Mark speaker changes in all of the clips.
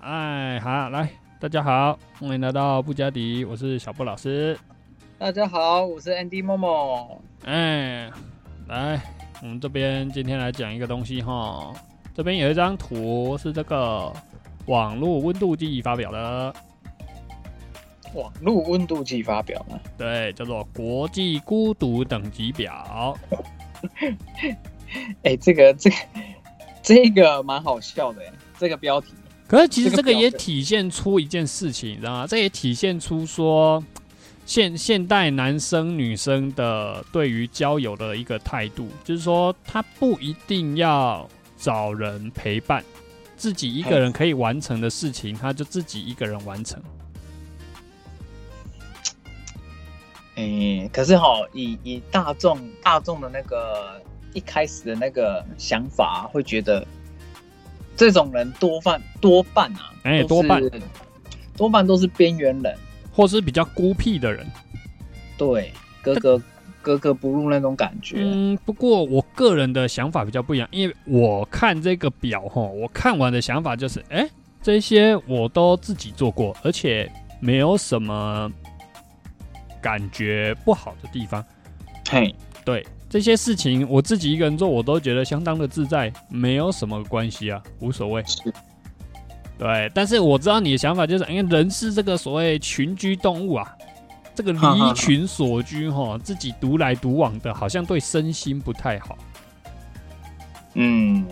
Speaker 1: 哎，好，来，大家好，欢迎来到布加迪，我是小布老师。
Speaker 2: 大家好，我是 Andy 默默。
Speaker 1: 哎，来，我们这边今天来讲一个东西哈，这边有一张图是这个网络温度计发表的，
Speaker 2: 网络温度计发表嘛，
Speaker 1: 对，叫做国际孤独等级表。
Speaker 2: 哎、这个这个这个蛮好笑的，这个标题。
Speaker 1: 可是其实这
Speaker 2: 这
Speaker 1: 个
Speaker 2: 个
Speaker 1: 也
Speaker 2: 标准
Speaker 1: 体现出一件事情，你知道吗？这也体现出说现现代男生女生的对于交友的一个态度，就是说他不一定要找人陪伴，自己一个人可以完成的事情，他就自己一个人完成。
Speaker 2: 哎、可是哈，以以大众大众的那个一开始的那个想法、会觉得这种人多半多半啊，
Speaker 1: 哎
Speaker 2: 都
Speaker 1: 多
Speaker 2: 是
Speaker 1: 半
Speaker 2: 多半都是边缘人，
Speaker 1: 或是比较孤僻的人，
Speaker 2: 对，格格格格不入那种感觉。
Speaker 1: 嗯，不过我个人的想法比较不一样，因为我看这个表吼，我看完的想法就是，哎、这些我都自己做过，而且没有什么感觉不好的地方。
Speaker 2: 嘿，
Speaker 1: 对这些事情，我自己一个人做，我都觉得相当的自在，没有什么关系啊，无所谓。
Speaker 2: 是
Speaker 1: 对，但是我知道你的想法就是，因为人是这个所谓群居动物啊，这个
Speaker 2: 哈哈
Speaker 1: 离
Speaker 2: 哈
Speaker 1: 群所居吼，自己独来独往的，好像对身心不太好。
Speaker 2: 嗯，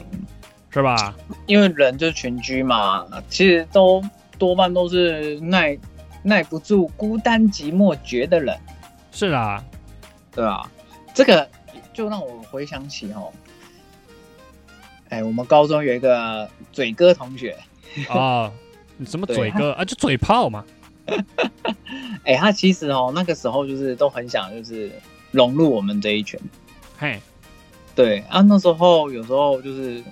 Speaker 1: 是吧？
Speaker 2: 因为人就是群居嘛，其实都多半都是耐耐不住孤单寂寞绝的人，
Speaker 1: 是 啦，
Speaker 2: 对啊，这个就让我回想起哦，哎，我们高中有一个嘴哥同学，
Speaker 1: 哦，你什么
Speaker 2: 对
Speaker 1: 嘴哥啊？就嘴炮嘛。
Speaker 2: 哎，他其实哦那个时候就是都很想就是融入我们这一群，
Speaker 1: 嘿，
Speaker 2: 对啊，那时候有时候就是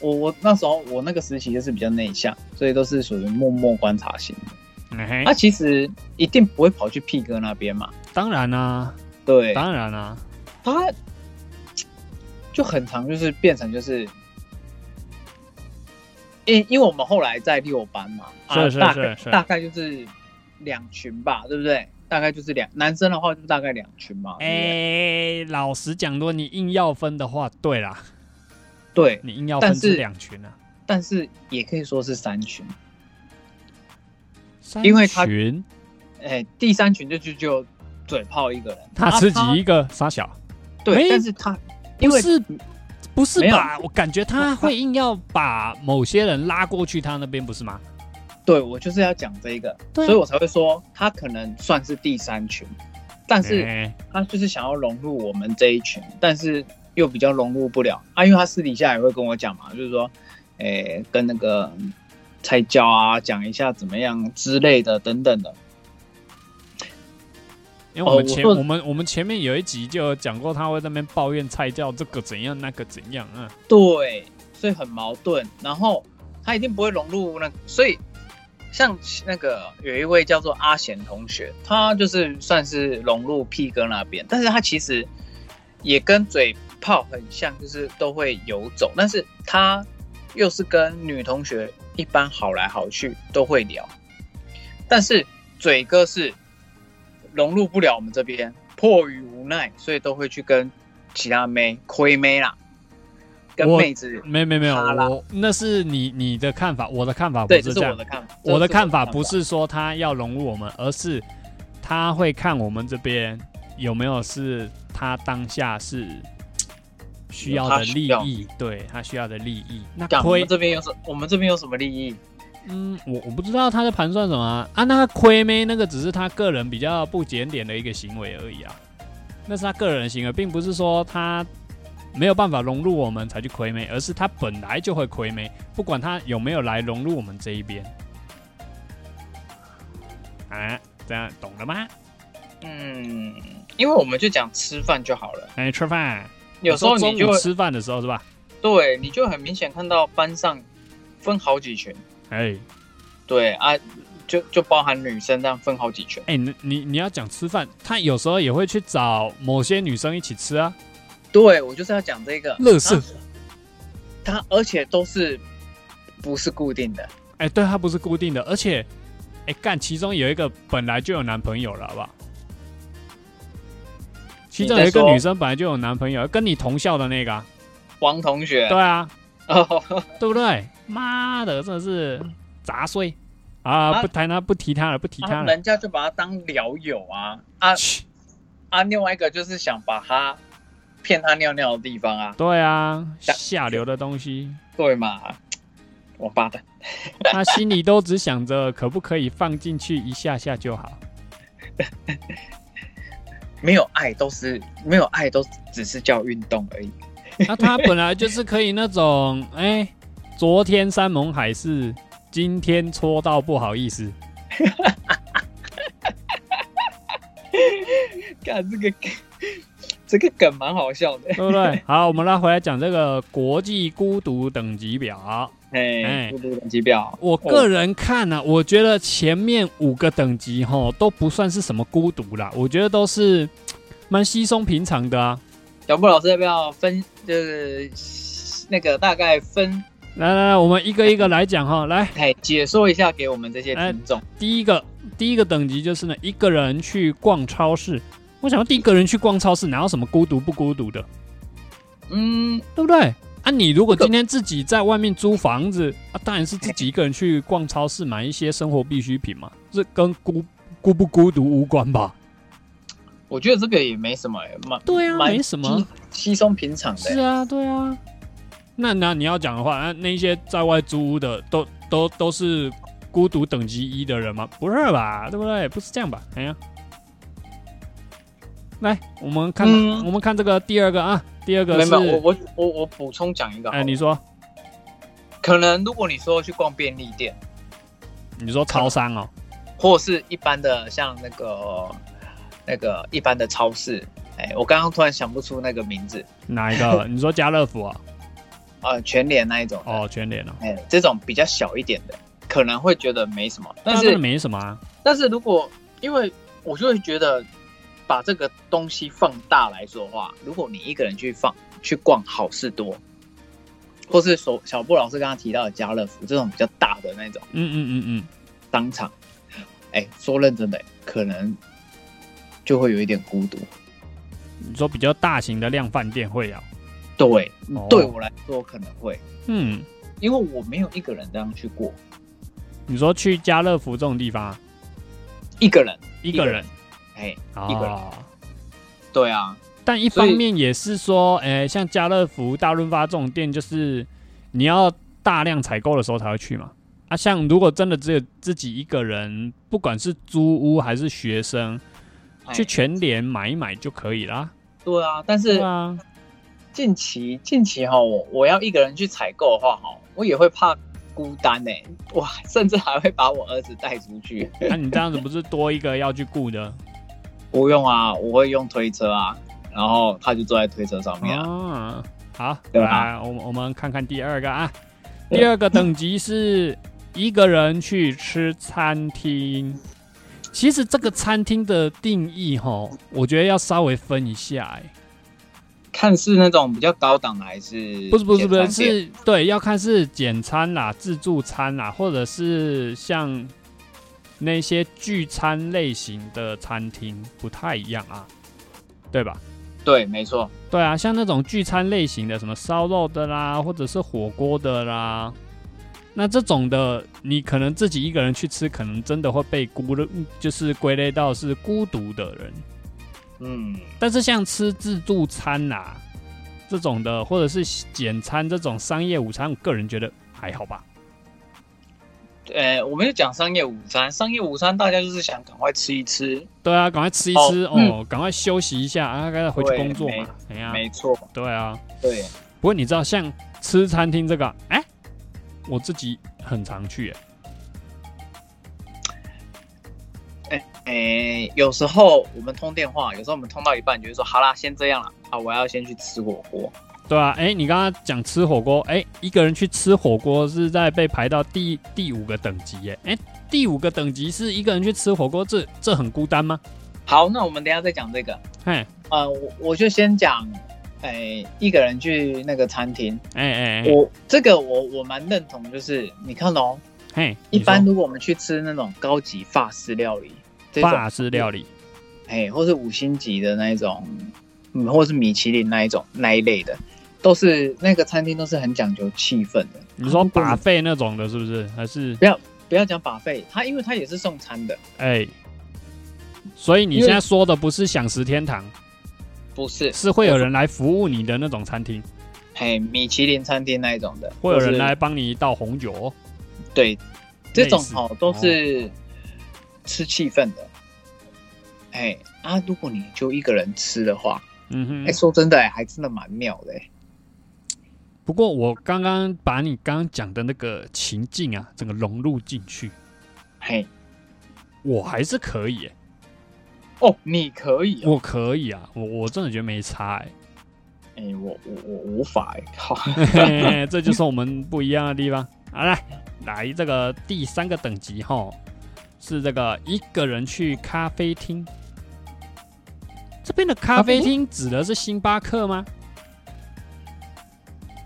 Speaker 2: 我我那时候我那个时期就是比较内向，所以都是属于默默观察型的。
Speaker 1: 嗯嘿
Speaker 2: 他、，其实一定不会跑去屁哥那边嘛，
Speaker 1: 当然啦、啊，
Speaker 2: 对，
Speaker 1: 当然啦、啊，
Speaker 2: 他就很常就是变成就是，因因为我们后来在六班嘛，啊，
Speaker 1: 是是
Speaker 2: 大
Speaker 1: 是
Speaker 2: 概
Speaker 1: 是
Speaker 2: 大概就是两群吧，对不对？大概就是两男生的话就大概两群嘛，
Speaker 1: 哎、
Speaker 2: 哎，
Speaker 1: 老实讲，如果你硬要分的话，对啦，
Speaker 2: 对，
Speaker 1: 你硬要
Speaker 2: 但
Speaker 1: 分
Speaker 2: 是
Speaker 1: 是两群啊，
Speaker 2: 但是也可以说是三群，
Speaker 1: 三
Speaker 2: 因为他
Speaker 1: 群
Speaker 2: 哎，第三群就就就嘴炮一个人，
Speaker 1: 他
Speaker 2: 啊
Speaker 1: 自己一个傻小，
Speaker 2: 对，
Speaker 1: 哎
Speaker 2: 但是他因
Speaker 1: 不
Speaker 2: 为
Speaker 1: 是不是
Speaker 2: 没有
Speaker 1: 吧？我感觉他会硬要把某些人拉过去他那边，不是吗？
Speaker 2: 对我就是要讲这一个，
Speaker 1: 对啊
Speaker 2: 所以我才会说他可能算是第三群，但是。
Speaker 1: 哎
Speaker 2: 他就是想要融入我们这一群，但是又比较融入不了啊，因为他私底下也会跟我讲嘛，就是说，诶、跟那个菜椒啊讲一下怎么样之类的等等的。
Speaker 1: 因为我们
Speaker 2: 哦
Speaker 1: 前、
Speaker 2: 我说
Speaker 1: 我们我们前面有一集就有讲过，他会在那边抱怨菜教这个怎样那个怎样啊，
Speaker 2: 对，所以很矛盾。然后他一定不会融入那，所以像那个有一位叫做阿贤同学，他就是算是融入屁哥那边，但是他其实也跟嘴炮很像，就是都会游走，但是他又是跟女同学一般好来好去都会聊，但是嘴哥是融入不了我们这边，迫于无奈，所以都会去跟其他妹亏妹啦。跟
Speaker 1: 我
Speaker 2: 妹子
Speaker 1: 没没没有，
Speaker 2: 哈拉
Speaker 1: 我那是你你的看法，我的看法不
Speaker 2: 对，
Speaker 1: 是
Speaker 2: 这
Speaker 1: 这
Speaker 2: 是
Speaker 1: 样。
Speaker 2: 我的看法。
Speaker 1: 我的
Speaker 2: 这
Speaker 1: 看法不，是说他要融入我们，而是他会看我们这边有没有是他当下是需要的
Speaker 2: 他
Speaker 1: 利
Speaker 2: 需要
Speaker 1: 益，对他需要的利益。那
Speaker 2: 讲我
Speaker 1: 亏
Speaker 2: 们，这边有什，我们这边有什么利益？
Speaker 1: 嗯，我我不知道他在盘算什么啊。啊那个亏妹那个只是他个人比较不检点的一个行为而已啊，那是他个人的行为，并不是说他。没有办法融入我们才去亏妹，而是他本来就会亏妹，不管他有没有来融入我们这一边。啊，这样懂了吗？
Speaker 2: 嗯，因为我们就讲吃饭就好了。
Speaker 1: 哎、吃饭，
Speaker 2: 有时候
Speaker 1: 中
Speaker 2: 你就
Speaker 1: 午
Speaker 2: 会
Speaker 1: 吃饭的时候是吧？
Speaker 2: 对，你就很明显看到班上分好几群，
Speaker 1: 哎
Speaker 2: 对啊，就就包含女生这样分好几圈。
Speaker 1: 哎，你你你要讲吃饭，他有时候也会去找某些女生一起吃啊，
Speaker 2: 对我就是要讲这个，
Speaker 1: 乐事。
Speaker 2: 它而且都是不是固定的，
Speaker 1: 哎，对，他不是固定的，而且，哎干，其中有一个本来就有男朋友了，好不好？其中有一个
Speaker 2: 你在说
Speaker 1: 女生本来就有男朋友，跟你同校的那个、啊，
Speaker 2: 王同学。
Speaker 1: 对啊，
Speaker 2: 哦，
Speaker 1: 对不对？妈的，真的是杂碎啊！
Speaker 2: 嗯啊
Speaker 1: 不谈他，不提他了，不提他
Speaker 2: 啊、
Speaker 1: 了。
Speaker 2: 人家就把他当聊友啊啊
Speaker 1: 切
Speaker 2: 啊！另外一个就是想把他骗他尿尿的地方啊，
Speaker 1: 对啊，
Speaker 2: 下
Speaker 1: 下流的东西，
Speaker 2: 对嘛？王八蛋，
Speaker 1: 他心里都只想着可不可以放进去一下下就好。
Speaker 2: 没有爱都是没有爱都只是叫运动而已。
Speaker 1: 那他本来就是可以那种，哎，昨天山盟海誓，今天戳到不好意思。
Speaker 2: 看这个这个梗蛮好笑的，
Speaker 1: 对不对？好，我们拉回来讲这个国际孤独等级表。哎
Speaker 2: 哎，孤独等级表，
Speaker 1: 我个人看呢、我觉得前面五个等级吼都不算是什么孤独啦，我觉得都是蛮稀松平常的啊。
Speaker 2: 小布老师要不要分？就是那个大概分，
Speaker 1: 来来来，我们一个一个来讲哈。来，
Speaker 2: 哎，解说一下给我们这些
Speaker 1: 哎
Speaker 2: 听众。
Speaker 1: 第一个第一个等级就是呢，一个人去逛超市。我想要第一个人去逛超市，哪有什么孤独不孤独的，
Speaker 2: 嗯，
Speaker 1: 对不对？啊，你如果
Speaker 2: 这个
Speaker 1: 今天自己在外面租房子，啊，当然是自己一个人去逛超市买一些生活必需品嘛，这跟孤孤不孤独无关吧？
Speaker 2: 我觉得这个也没什么、哎蛮
Speaker 1: 对啊，
Speaker 2: 蛮
Speaker 1: 没什么。
Speaker 2: 稀稀松平常的、
Speaker 1: 是啊，对啊。那那你要讲的话，那那一些在外租屋的，都都都是孤独等级一的人吗？不是吧，对不对？不是这样吧？哎呀，来，我们看，
Speaker 2: 嗯
Speaker 1: 我们看这个第二个啊，第二个
Speaker 2: 没有，没有
Speaker 1: 是，
Speaker 2: 我我我我补充讲一个好了，
Speaker 1: 哎，你说
Speaker 2: 可能如果你说去逛便利店，
Speaker 1: 你说超商哦，
Speaker 2: 或是一般的像那个那个一般的超市，哎，我刚刚突然想不出那个名字，
Speaker 1: 哪一 个？你说家乐福啊？
Speaker 2: 呃，全联那一种，哦，
Speaker 1: 哦，全联哦，
Speaker 2: 哎，这种比较小一点的，可能会觉得没什么，但
Speaker 1: 那真的
Speaker 2: 是
Speaker 1: 没什么啊。
Speaker 2: 但是如果因为我就会觉得把这个东西放大来说的话，如果你一个人去放去逛好事多，或是所小布老师刚刚提到的家乐福这种比较大的那种
Speaker 1: 嗯嗯嗯
Speaker 2: 商场，哎、说认真的，可能就会有一点孤独。
Speaker 1: 嗯，你说比较大型的量贩店会啊？
Speaker 2: 对，
Speaker 1: 哦
Speaker 2: 对我来说可能会，
Speaker 1: 嗯，
Speaker 2: 因为我没有一个人这样去过，
Speaker 1: 你说去家乐福这种地方啊，
Speaker 2: 一个人，
Speaker 1: 一
Speaker 2: 一
Speaker 1: 个
Speaker 2: 个
Speaker 1: 人
Speaker 2: 哎、
Speaker 1: 啊
Speaker 2: 一个人
Speaker 1: 哦
Speaker 2: 对啊，
Speaker 1: 但一方面也是说，诶、像家乐福、大润发这种店，就是你要大量采购的时候才会去嘛。啊，像如果真的只有自己一个人，不管是租屋还是学生，
Speaker 2: 哎
Speaker 1: 去全联买一买就可以啦。
Speaker 2: 对啊，但是
Speaker 1: 对啊，
Speaker 2: 近期近期哈，我我要一个人去采购的话哈，我也会怕孤单呢、哇，甚至还会把我儿子带出去。
Speaker 1: 那、啊你这样子不是多一个要去顾的
Speaker 2: 不用啊，我会用推车啊，然后他就坐在推车上面啊。
Speaker 1: 啊？好，
Speaker 2: 对吧
Speaker 1: 来，我们我们看看第二个啊，第二个等级是一个人去吃餐厅。其实这个餐厅的定义，吼，我觉得要稍微分一下、
Speaker 2: 嗯
Speaker 1: 欸，
Speaker 2: 看是那种比较高档的还是
Speaker 1: 不是不是不
Speaker 2: 简
Speaker 1: 是
Speaker 2: 餐店
Speaker 1: 是对，要看是简餐啦、自助餐啦，或者是像那些聚餐类型的餐厅不太一样啊，对吧？
Speaker 2: 对，没错，
Speaker 1: 对啊，像那种聚餐类型的，什么烧肉的啦，或者是火锅的啦，那这种的，你可能自己一个人去吃，可能真的会被孤的，嗯就是归类到是孤独的人。
Speaker 2: 嗯，
Speaker 1: 但是像吃自助餐啦、这种的，或者是简餐这种商业午餐，我个人觉得还好吧。
Speaker 2: 呃，我们就讲商业午餐，商业午餐大家就是想赶快吃一吃，
Speaker 1: 对啊，赶快吃一
Speaker 2: 哦
Speaker 1: 吃
Speaker 2: 嗯
Speaker 1: 哦，赶、快休息一下啊，赶快回去
Speaker 2: 对
Speaker 1: 工作
Speaker 2: 没
Speaker 1: 嘛。哎呀、
Speaker 2: 没错，
Speaker 1: 对啊。
Speaker 2: 对，
Speaker 1: 不过你知道，像吃餐厅这个，哎、我自己很常去、哎。
Speaker 2: 诶、有时候我们通电话，有时候我们通到一半，就会说好啦，先这样了啊，我要先去吃火锅。
Speaker 1: 对啊，哎、你刚刚讲吃火锅，哎、一个人去吃火锅是在被排到第第五个等级耶，哎、第五个等级是一个人去吃火锅，这这很孤单吗？
Speaker 2: 好，那我们等一下再讲这个。
Speaker 1: 嘿，
Speaker 2: 呃，我我就先讲，哎、一个人去那个餐厅，
Speaker 1: 哎哎哎，
Speaker 2: 我这个我我蛮认同，就是你看哦，
Speaker 1: 嘿，
Speaker 2: 一
Speaker 1: 你说
Speaker 2: 般如果我们去吃那种高级法式料理，这种
Speaker 1: 法式料理，
Speaker 2: 哎、或是五星级的那一种，嗯，或是米其林那一种那一类的，都是那个餐厅都是很讲究气氛的。
Speaker 1: 你说把
Speaker 2: 把
Speaker 1: 费那种的，是不是？还是
Speaker 2: 不要讲把费，它因为它也是送餐的，
Speaker 1: 哎、所以你
Speaker 2: 因为
Speaker 1: 现在说的不是享食天堂，
Speaker 2: 不是
Speaker 1: 是会有人来服务你的那种餐厅，
Speaker 2: 哎、米其林餐厅那一种的，
Speaker 1: 会有人来
Speaker 2: 或
Speaker 1: 帮你倒红酒。哦
Speaker 2: 是对这种
Speaker 1: 类似
Speaker 2: 哦都是吃气氛的。哎、啊，如果你就一个人吃的话，
Speaker 1: 嗯哼
Speaker 2: 哎、，说真的、哎还真的蛮妙的、哎
Speaker 1: 不过我刚刚把你刚刚讲的那个情境啊，整个融入进去，
Speaker 2: 嘿，
Speaker 1: 我还是可以、欸，
Speaker 2: 哦，你可以、哦，
Speaker 1: 我可以啊，我我真的觉得没差、 欸，
Speaker 2: 哎、我我我无法、哎，靠，
Speaker 1: 嘿嘿嘿这就是我们不一样的地方。好来，来这个第三个等级哈，是这个一个人去咖啡厅。这边的咖啡厅指的是星巴克吗？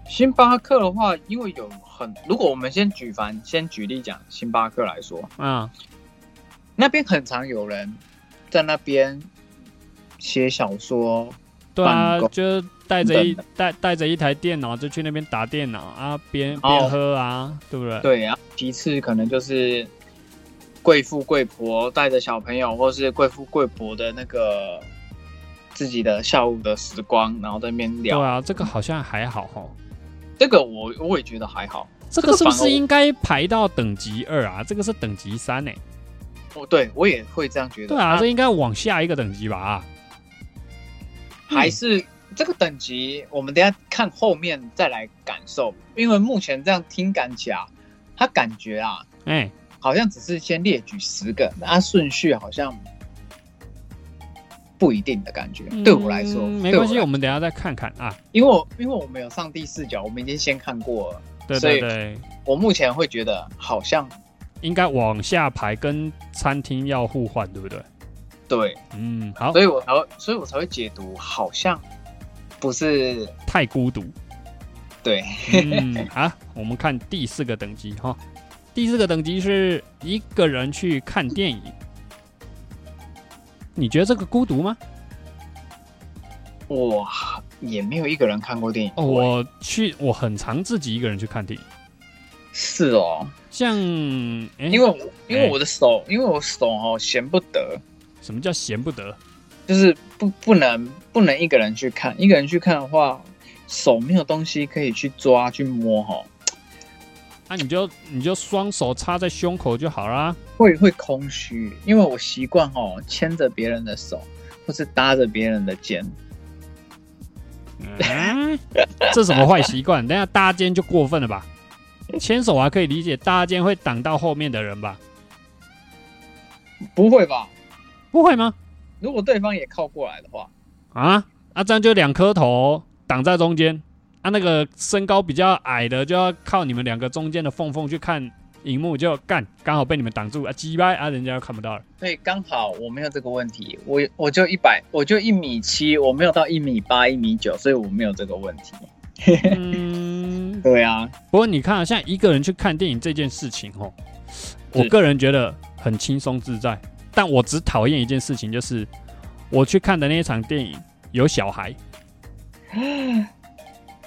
Speaker 2: 星巴克的话，因为有很，如果我们先举凡先举例讲星巴克来说，
Speaker 1: 啊、
Speaker 2: 那边很常有人在那边写小说，
Speaker 1: 对啊
Speaker 2: 办，公
Speaker 1: 就带着一
Speaker 2: 等等
Speaker 1: 带带着一台电脑就去那边打电脑啊，边
Speaker 2: 哦
Speaker 1: 边喝啊，对不对？
Speaker 2: 对啊，其次可能就是贵妇贵婆带着小朋友，或是贵妇贵婆的那个自己的下午的时光，然后在那边
Speaker 1: 对
Speaker 2: 聊。
Speaker 1: 啊，这个好像还好哈。
Speaker 2: 这个我我也觉得还好，
Speaker 1: 这
Speaker 2: 这
Speaker 1: 个
Speaker 2: 个
Speaker 1: 是不
Speaker 2: 反而
Speaker 1: 是
Speaker 2: 我
Speaker 1: 应该排到等级二啊？这个是等级三呢、
Speaker 2: 我对我也会这样觉得。
Speaker 1: 对啊，这应该往下一个等级吧、啊
Speaker 2: 还是这个等级，我们等一下看后面再来感受，因为目前这样听感起来，他感觉啊，
Speaker 1: 哎、
Speaker 2: 好像只是先列举十个，那顺序好像不一定的感觉。对我来说，
Speaker 1: 嗯没关系，
Speaker 2: 对
Speaker 1: 我
Speaker 2: 我来
Speaker 1: 们等一下再看看啊。
Speaker 2: 因为我因为我们有上帝视角，我们已经先看过了，
Speaker 1: 对
Speaker 2: 所
Speaker 1: 对
Speaker 2: 以
Speaker 1: 对，
Speaker 2: 我目前会觉得好像
Speaker 1: 应该往下排，跟餐厅要互换，对不对？
Speaker 2: 对，
Speaker 1: 嗯，好
Speaker 2: 所，以我才会，所以我才会解读好像不是
Speaker 1: 太孤独。
Speaker 2: 对，
Speaker 1: 嗯，好，我们看第四个等级哈。第四个等级是一个人去看电影。你觉得这个孤独吗？
Speaker 2: 我也没有一个人看过电影
Speaker 1: 哦，我去，我很常自己一个人去看电影，
Speaker 2: 是哦，
Speaker 1: 像，哎、
Speaker 2: 因为我因为我的手，因为我手哦闲不得，
Speaker 1: 什么叫闲不得？
Speaker 2: 就是不不能不能一个人去看，一个人去看的话，手没有东西可以去抓去摸哦，
Speaker 1: 啊，你就你就双手插在胸口就好啦。
Speaker 2: 会会空虚，因为我习惯哦牵着别人的手，或是搭着别人的肩，
Speaker 1: 嗯，这什么坏习惯？等一下搭肩就过分了吧？牵手还可以理解，搭肩会挡到后面的人吧？
Speaker 2: 不会吧？
Speaker 1: 不会吗？
Speaker 2: 如果对方也靠过来的话，
Speaker 1: 啊啊，这样就两颗头挡在中间，啊，那个身高比较矮的就要靠你们两个中间的缝缝去看荧幕，就干刚好被你们挡住啊，鸡掰啊，人家又看不到了。
Speaker 2: 所以刚好我没有这个问题，我我就一百，我就一米七，我没有到一米八、一米九，所以我没有这个问题。
Speaker 1: 嗯，
Speaker 2: 对啊，
Speaker 1: 不过你看啊，像一个人去看电影这件事情哦，我个人觉得很轻松自在，但我只讨厌一件事情，就是我去看的那一场电影有小孩，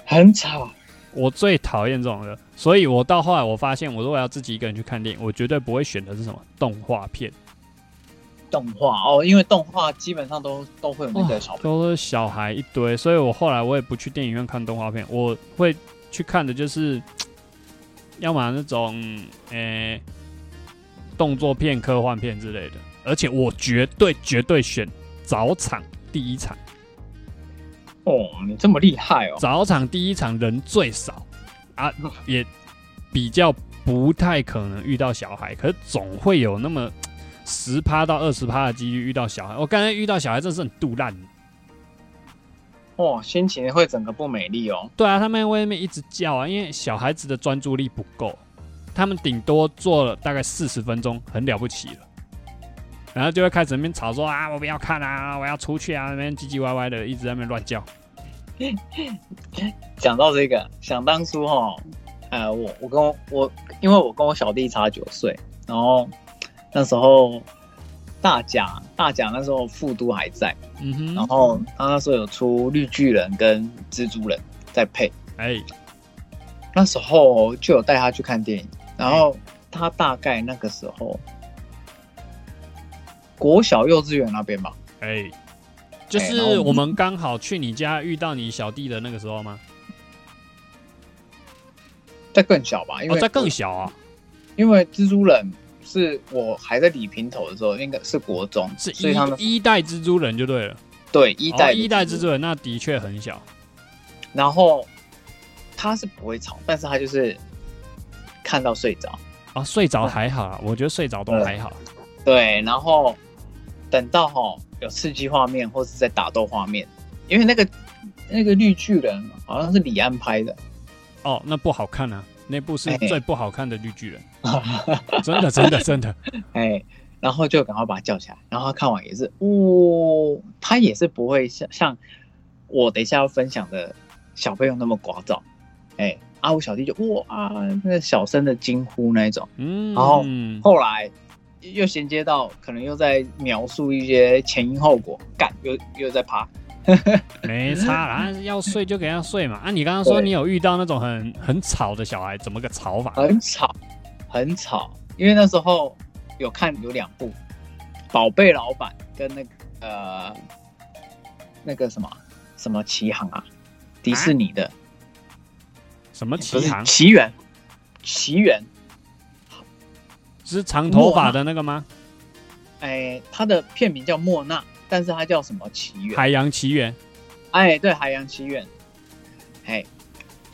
Speaker 2: 很吵，
Speaker 1: 我最讨厌这种的。所以我到后来我发现，我如果要自己一个人去看电影，我绝对不会选的是什么动画片，
Speaker 2: 动画哦，因为动画基本上都都会有那个小朋友。
Speaker 1: 都是小孩一堆，所以我后来我也不去电影院看动画片，我会去看的就是，要么那种诶、呃动作片、科幻片之类的，而且我绝对绝对选早场第一场，
Speaker 2: 哦，你这么厉害哦！
Speaker 1: 早场第一场人最少啊，也比较不太可能遇到小孩，可是总会有那么十趴到二十趴的几率遇到小孩。我刚才遇到小孩真的是很杜烂。
Speaker 2: 哇，心情哦会整个不美丽哦。
Speaker 1: 对啊，他们外面一直叫啊，因为小孩子的专注力不够，他们顶多做了大概四十分钟，很了不起了。然后就会开始那边吵说啊，我不要看啊，我要出去啊，那边唧唧歪歪的，一直在那边乱叫。
Speaker 2: 讲到这个，想当初哈，呃，我我跟我我，因为我跟我小弟差九岁，然后那时候大甲大甲那时候复都还在，
Speaker 1: 嗯
Speaker 2: 然
Speaker 1: 哼，
Speaker 2: 后他那时候有出绿巨人跟蜘蛛人在配，
Speaker 1: 哎、
Speaker 2: 那时候就有带他去看电影，然后他大概那个时候国小幼稚园那边吧，
Speaker 1: 哎、就
Speaker 2: 哎然后我
Speaker 1: 是
Speaker 2: 们
Speaker 1: 我们刚好去你家遇到你小弟的那个时候吗？
Speaker 2: 再更小吧，因
Speaker 1: 哦，
Speaker 2: 为
Speaker 1: 在更小啊，
Speaker 2: 因为蜘蛛人是我还在理平头的时候，应该是国中，
Speaker 1: 是
Speaker 2: 所以他们
Speaker 1: 一一代蜘蛛人就对了。
Speaker 2: 对一代、
Speaker 1: 哦、一代蜘蛛人，那的确很小。
Speaker 2: 然后他是不会吵，但是他就是看到睡着。
Speaker 1: 啊，睡着
Speaker 2: 嗯
Speaker 1: 还好啦，我觉得睡着都还好。
Speaker 2: 对，然后等到哈、有刺激画面或是在打斗画面，因为那个那个绿巨人好像是李安拍的，
Speaker 1: 哦，那不好看啊，那部是
Speaker 2: 哎
Speaker 1: 最不好看的绿巨人， 真的真的真的。
Speaker 2: 哎，然后就赶快把他叫起来，然后他看完也是，呜、他也是不会像像我等一下要分享的小朋友那么聒噪，哎，啊，我小弟就哇、那个小声的惊呼那一种。
Speaker 1: 嗯，
Speaker 2: 好后来又衔接到，可能又在描述一些前因后果，干又又在爬，
Speaker 1: 没差啦，要睡就给他睡嘛。啊，你刚刚说
Speaker 2: 对
Speaker 1: 你有遇到那种很很吵的小孩，怎么个吵法？
Speaker 2: 很吵，很吵。因为那时候有看有两部《宝贝老板》跟那个呃那个什么什么奇航啊，迪士尼的，
Speaker 1: 什么奇
Speaker 2: 不是
Speaker 1: 航？
Speaker 2: 奇缘，奇缘，
Speaker 1: 是长头发的那个吗？
Speaker 2: 哎，它的片名叫莫娜，但是它叫什么奇缘？
Speaker 1: 海洋奇缘。
Speaker 2: 哎，对，《海洋奇缘》，哎，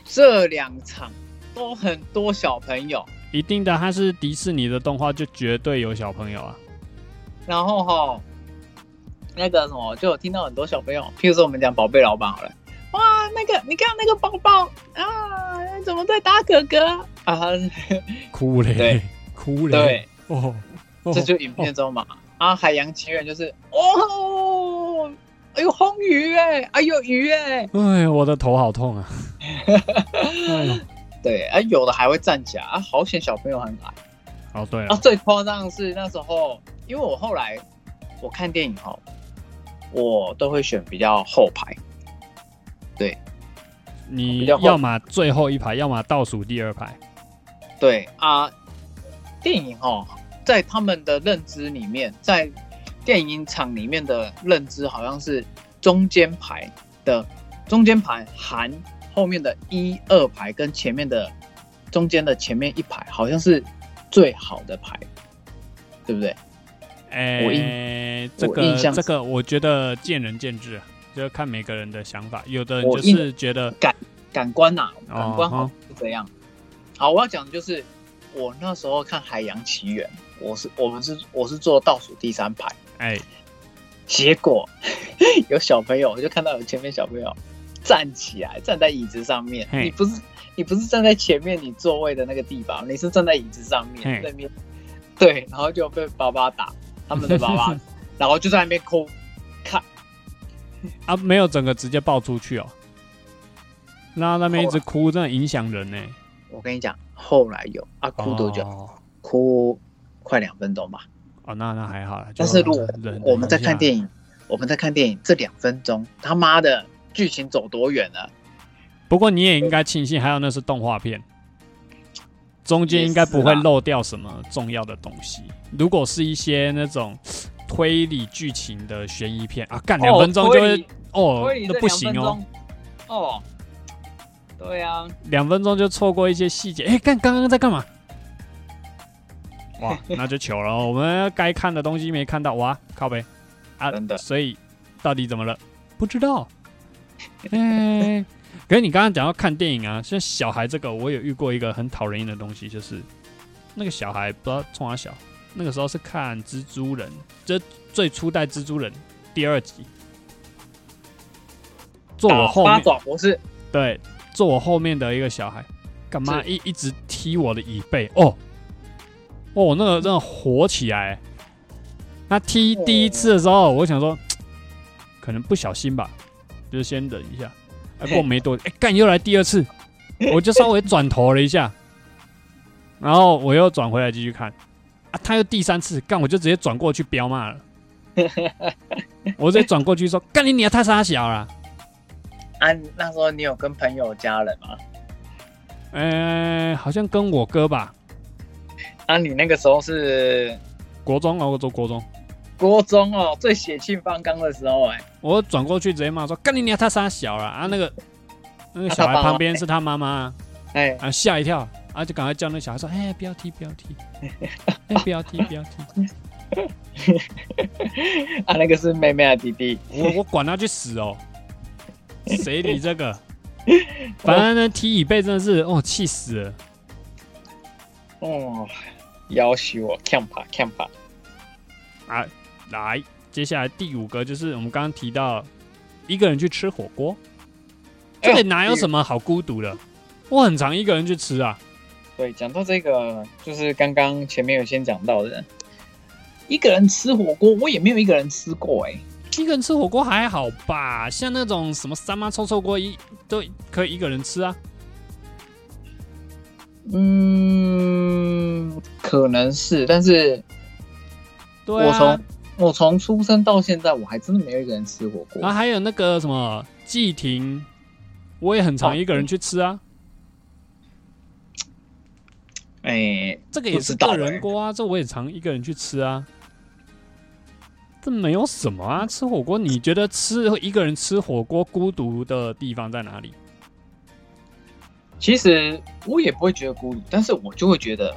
Speaker 2: 这两场都很多小朋友，
Speaker 1: 一定的，它是迪士尼的动画，就绝对有小朋友啊。
Speaker 2: 然后哈，那个什么，就有听到很多小朋友，譬如说我们讲宝贝老板好了，哇，那个你看那个宝宝啊，怎么在打哥哥啊？
Speaker 1: 哭嘞
Speaker 2: 对，
Speaker 1: 哭嘞，
Speaker 2: 对，
Speaker 1: 哦，哦
Speaker 2: 这就影片中嘛。啊，海洋奇缘就是哦，哎呦红鱼哎，哎呦鱼哎，
Speaker 1: 哎呦，我的头好痛 啊！哎呦，
Speaker 2: 对，啊有的还会站起来啊，好险小朋友很矮。
Speaker 1: 哦对
Speaker 2: 啊，
Speaker 1: 了，
Speaker 2: 最夸张的是那时候，因为我后来我看电影哦，我都会选比较后排，
Speaker 1: 你
Speaker 2: 比较后
Speaker 1: 要么最后一排，要么倒数第二排。
Speaker 2: 对啊，电影哦，在他们的认知里面，在电影厂里面的认知好像是中间排的中间排含后面的一二排跟前面的中间的前面一排，好像是最好的排，对不对？我
Speaker 1: 哎，这
Speaker 2: 我
Speaker 1: 个
Speaker 2: 印象
Speaker 1: 这个，我觉得见仁见智啊，就看每个人的想法。有的人
Speaker 2: 我
Speaker 1: 就
Speaker 2: 印
Speaker 1: 是觉得，
Speaker 2: 感官呐、
Speaker 1: 哦
Speaker 2: 感官好
Speaker 1: 哦
Speaker 2: 像是这样。好，我要讲的就是我那时候看《海洋奇缘》，我是我们是我是坐倒数第三排，
Speaker 1: 哎，
Speaker 2: 结果 有小朋友，我就看到有前面小朋友站起来，站在椅子上面。
Speaker 1: 嘿
Speaker 2: 你不是你不是站在前面你座位的那个地方，你是站在椅子上
Speaker 1: 嘿
Speaker 2: 面那边，对，然后就被爸爸打，他们的爸 爸，然后就在那边哭。
Speaker 1: 啊，没有整个直接爆出去哦。那那边一直
Speaker 2: 啊
Speaker 1: 哭，真的影响人呢。
Speaker 2: 我跟你讲，后来有啊，哭多久？
Speaker 1: 哦
Speaker 2: 哭快两分钟吧。
Speaker 1: 哦，那那还好啦。
Speaker 2: 但是如果我们在看
Speaker 1: 影，
Speaker 2: 电影，我们在看电影这两分钟，他妈的剧情走多远了？
Speaker 1: 不过你也应该庆幸，还有那是动画片，中间应该不
Speaker 2: 也
Speaker 1: 会
Speaker 2: 是啦啊
Speaker 1: 漏掉什么重要的东西。如果是一些那种推理剧情的悬疑片啊，干两分钟就会哦
Speaker 2: 推理，
Speaker 1: 那
Speaker 2: 这
Speaker 1: 不
Speaker 2: 两分
Speaker 1: 行哦，
Speaker 2: 钟，哦，对啊，
Speaker 1: 两分钟就错过一些细节。哎，干刚刚在干嘛？哇， 那就糗了哦。我们该看的东西没看到，哇，靠呗啊
Speaker 2: 真，的
Speaker 1: 所以到底怎么了？不知道。 哎、可是你刚刚讲到看电影啊，像小孩这个，我有遇过一个很讨人厌的东西，就是那个小孩不知道从哪小，那个时候是看蜘蛛人，这最初代蜘蛛人第二集，坐我后
Speaker 2: 八
Speaker 1: 面，
Speaker 2: 爪博士，
Speaker 1: 对，坐我后面的一个小孩，干嘛一一直踢我的椅背？哦，哦，那个真的火起来。那踢第一次的时候，我想说，嘖可能不小心吧，就是先忍一下。哎，过没多久，哎，干又来第二次，我就稍微转头了一下，然后我又转回来继续看。啊，他又第三次干，我就直接转过去彪骂了。我直接转过去说：“干你娘太傻小了。”
Speaker 2: 啊，那时候你有跟朋友家人吗？
Speaker 1: 呃，好像跟我哥吧，
Speaker 2: 啊，你那个时候是
Speaker 1: 国中啊，我走国中，
Speaker 2: 国中哦，最血气方刚的时候哎、
Speaker 1: 我转过去直接骂说：“干你娘，他傻小了啊！”那个那个小孩旁边是他妈妈
Speaker 2: 哎、
Speaker 1: 啊，吓一跳啊，就赶快叫那小孩说：“哎、不要踢，不要踢，哎、不要踢，不要踢！”
Speaker 2: 啊，那个是妹妹的弟弟，
Speaker 1: 我我管他去死哦，谁理这个？反正呢，踢椅背真的是哦，气死了。
Speaker 2: 哦，要哦挟我 c a m p c a m p
Speaker 1: 啊，来，接下来第五个就是我们刚刚提到一个人去吃火锅，这
Speaker 2: 哎呦
Speaker 1: 个哪有什么好孤独的？我很常一个人去吃啊，
Speaker 2: 对，讲到这个，就是刚刚前面有先讲到的，一个人吃火锅，我也没有一个人吃过哎、
Speaker 1: 一个人吃火锅还好吧，像那种什么三妈臭臭锅一都可以一个人吃啊。
Speaker 2: 嗯，可能是，但是
Speaker 1: 对
Speaker 2: 我
Speaker 1: 啊
Speaker 2: 从，、我从出生到现在，我还真的没有一个人吃火锅。
Speaker 1: 然后还有那个什么季婷，我也很常一个人去吃啊，
Speaker 2: 哎、
Speaker 1: 这个也是个人锅啊，这我也常一个人去吃啊。这没有什么啊，吃火锅，你觉得吃一个人吃火锅孤独的地方在哪里？
Speaker 2: 其实我也不会觉得孤独，但是我就会觉得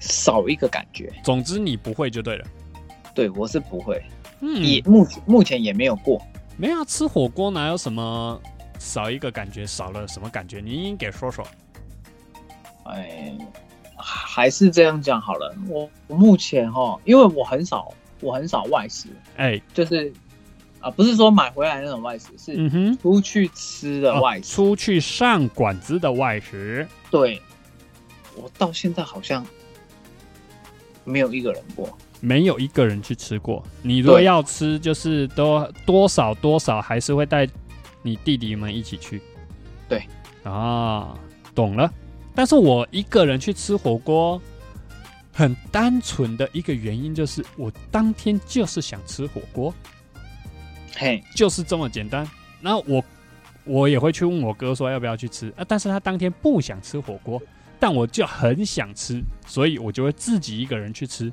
Speaker 2: 少一个感觉。
Speaker 1: 总之你不会就对了。
Speaker 2: 对我是不会，也
Speaker 1: 嗯，
Speaker 2: 目目前也没有过。
Speaker 1: 没有、啊、吃火锅哪有什么少一个感觉，少了什么感觉？你给说说。
Speaker 2: 哎，还是这样讲好了。我我目前哈，因为我很少，我很少外食，
Speaker 1: 哎、
Speaker 2: 就是啊、不是说买回来那种外食，是
Speaker 1: 嗯哼，
Speaker 2: 出去吃的外
Speaker 1: 哦
Speaker 2: 食。
Speaker 1: 出去上馆子的外食，
Speaker 2: 对，我到现在好像没有一个人过。
Speaker 1: 没有一个人去吃过。你如果
Speaker 2: 对
Speaker 1: 要吃，就是都多少多少还是会带你弟弟们一起去。
Speaker 2: 对，
Speaker 1: 啊，懂了。但是我一个人去吃火锅，很单纯的一个原因就是我当天就是想吃火锅。
Speaker 2: 嘿，
Speaker 1: 就是这么简单。然后我我也会去问我哥说要不要去吃啊，但是他当天不想吃火锅，但我就很想吃，所以我就会自己一个人去吃。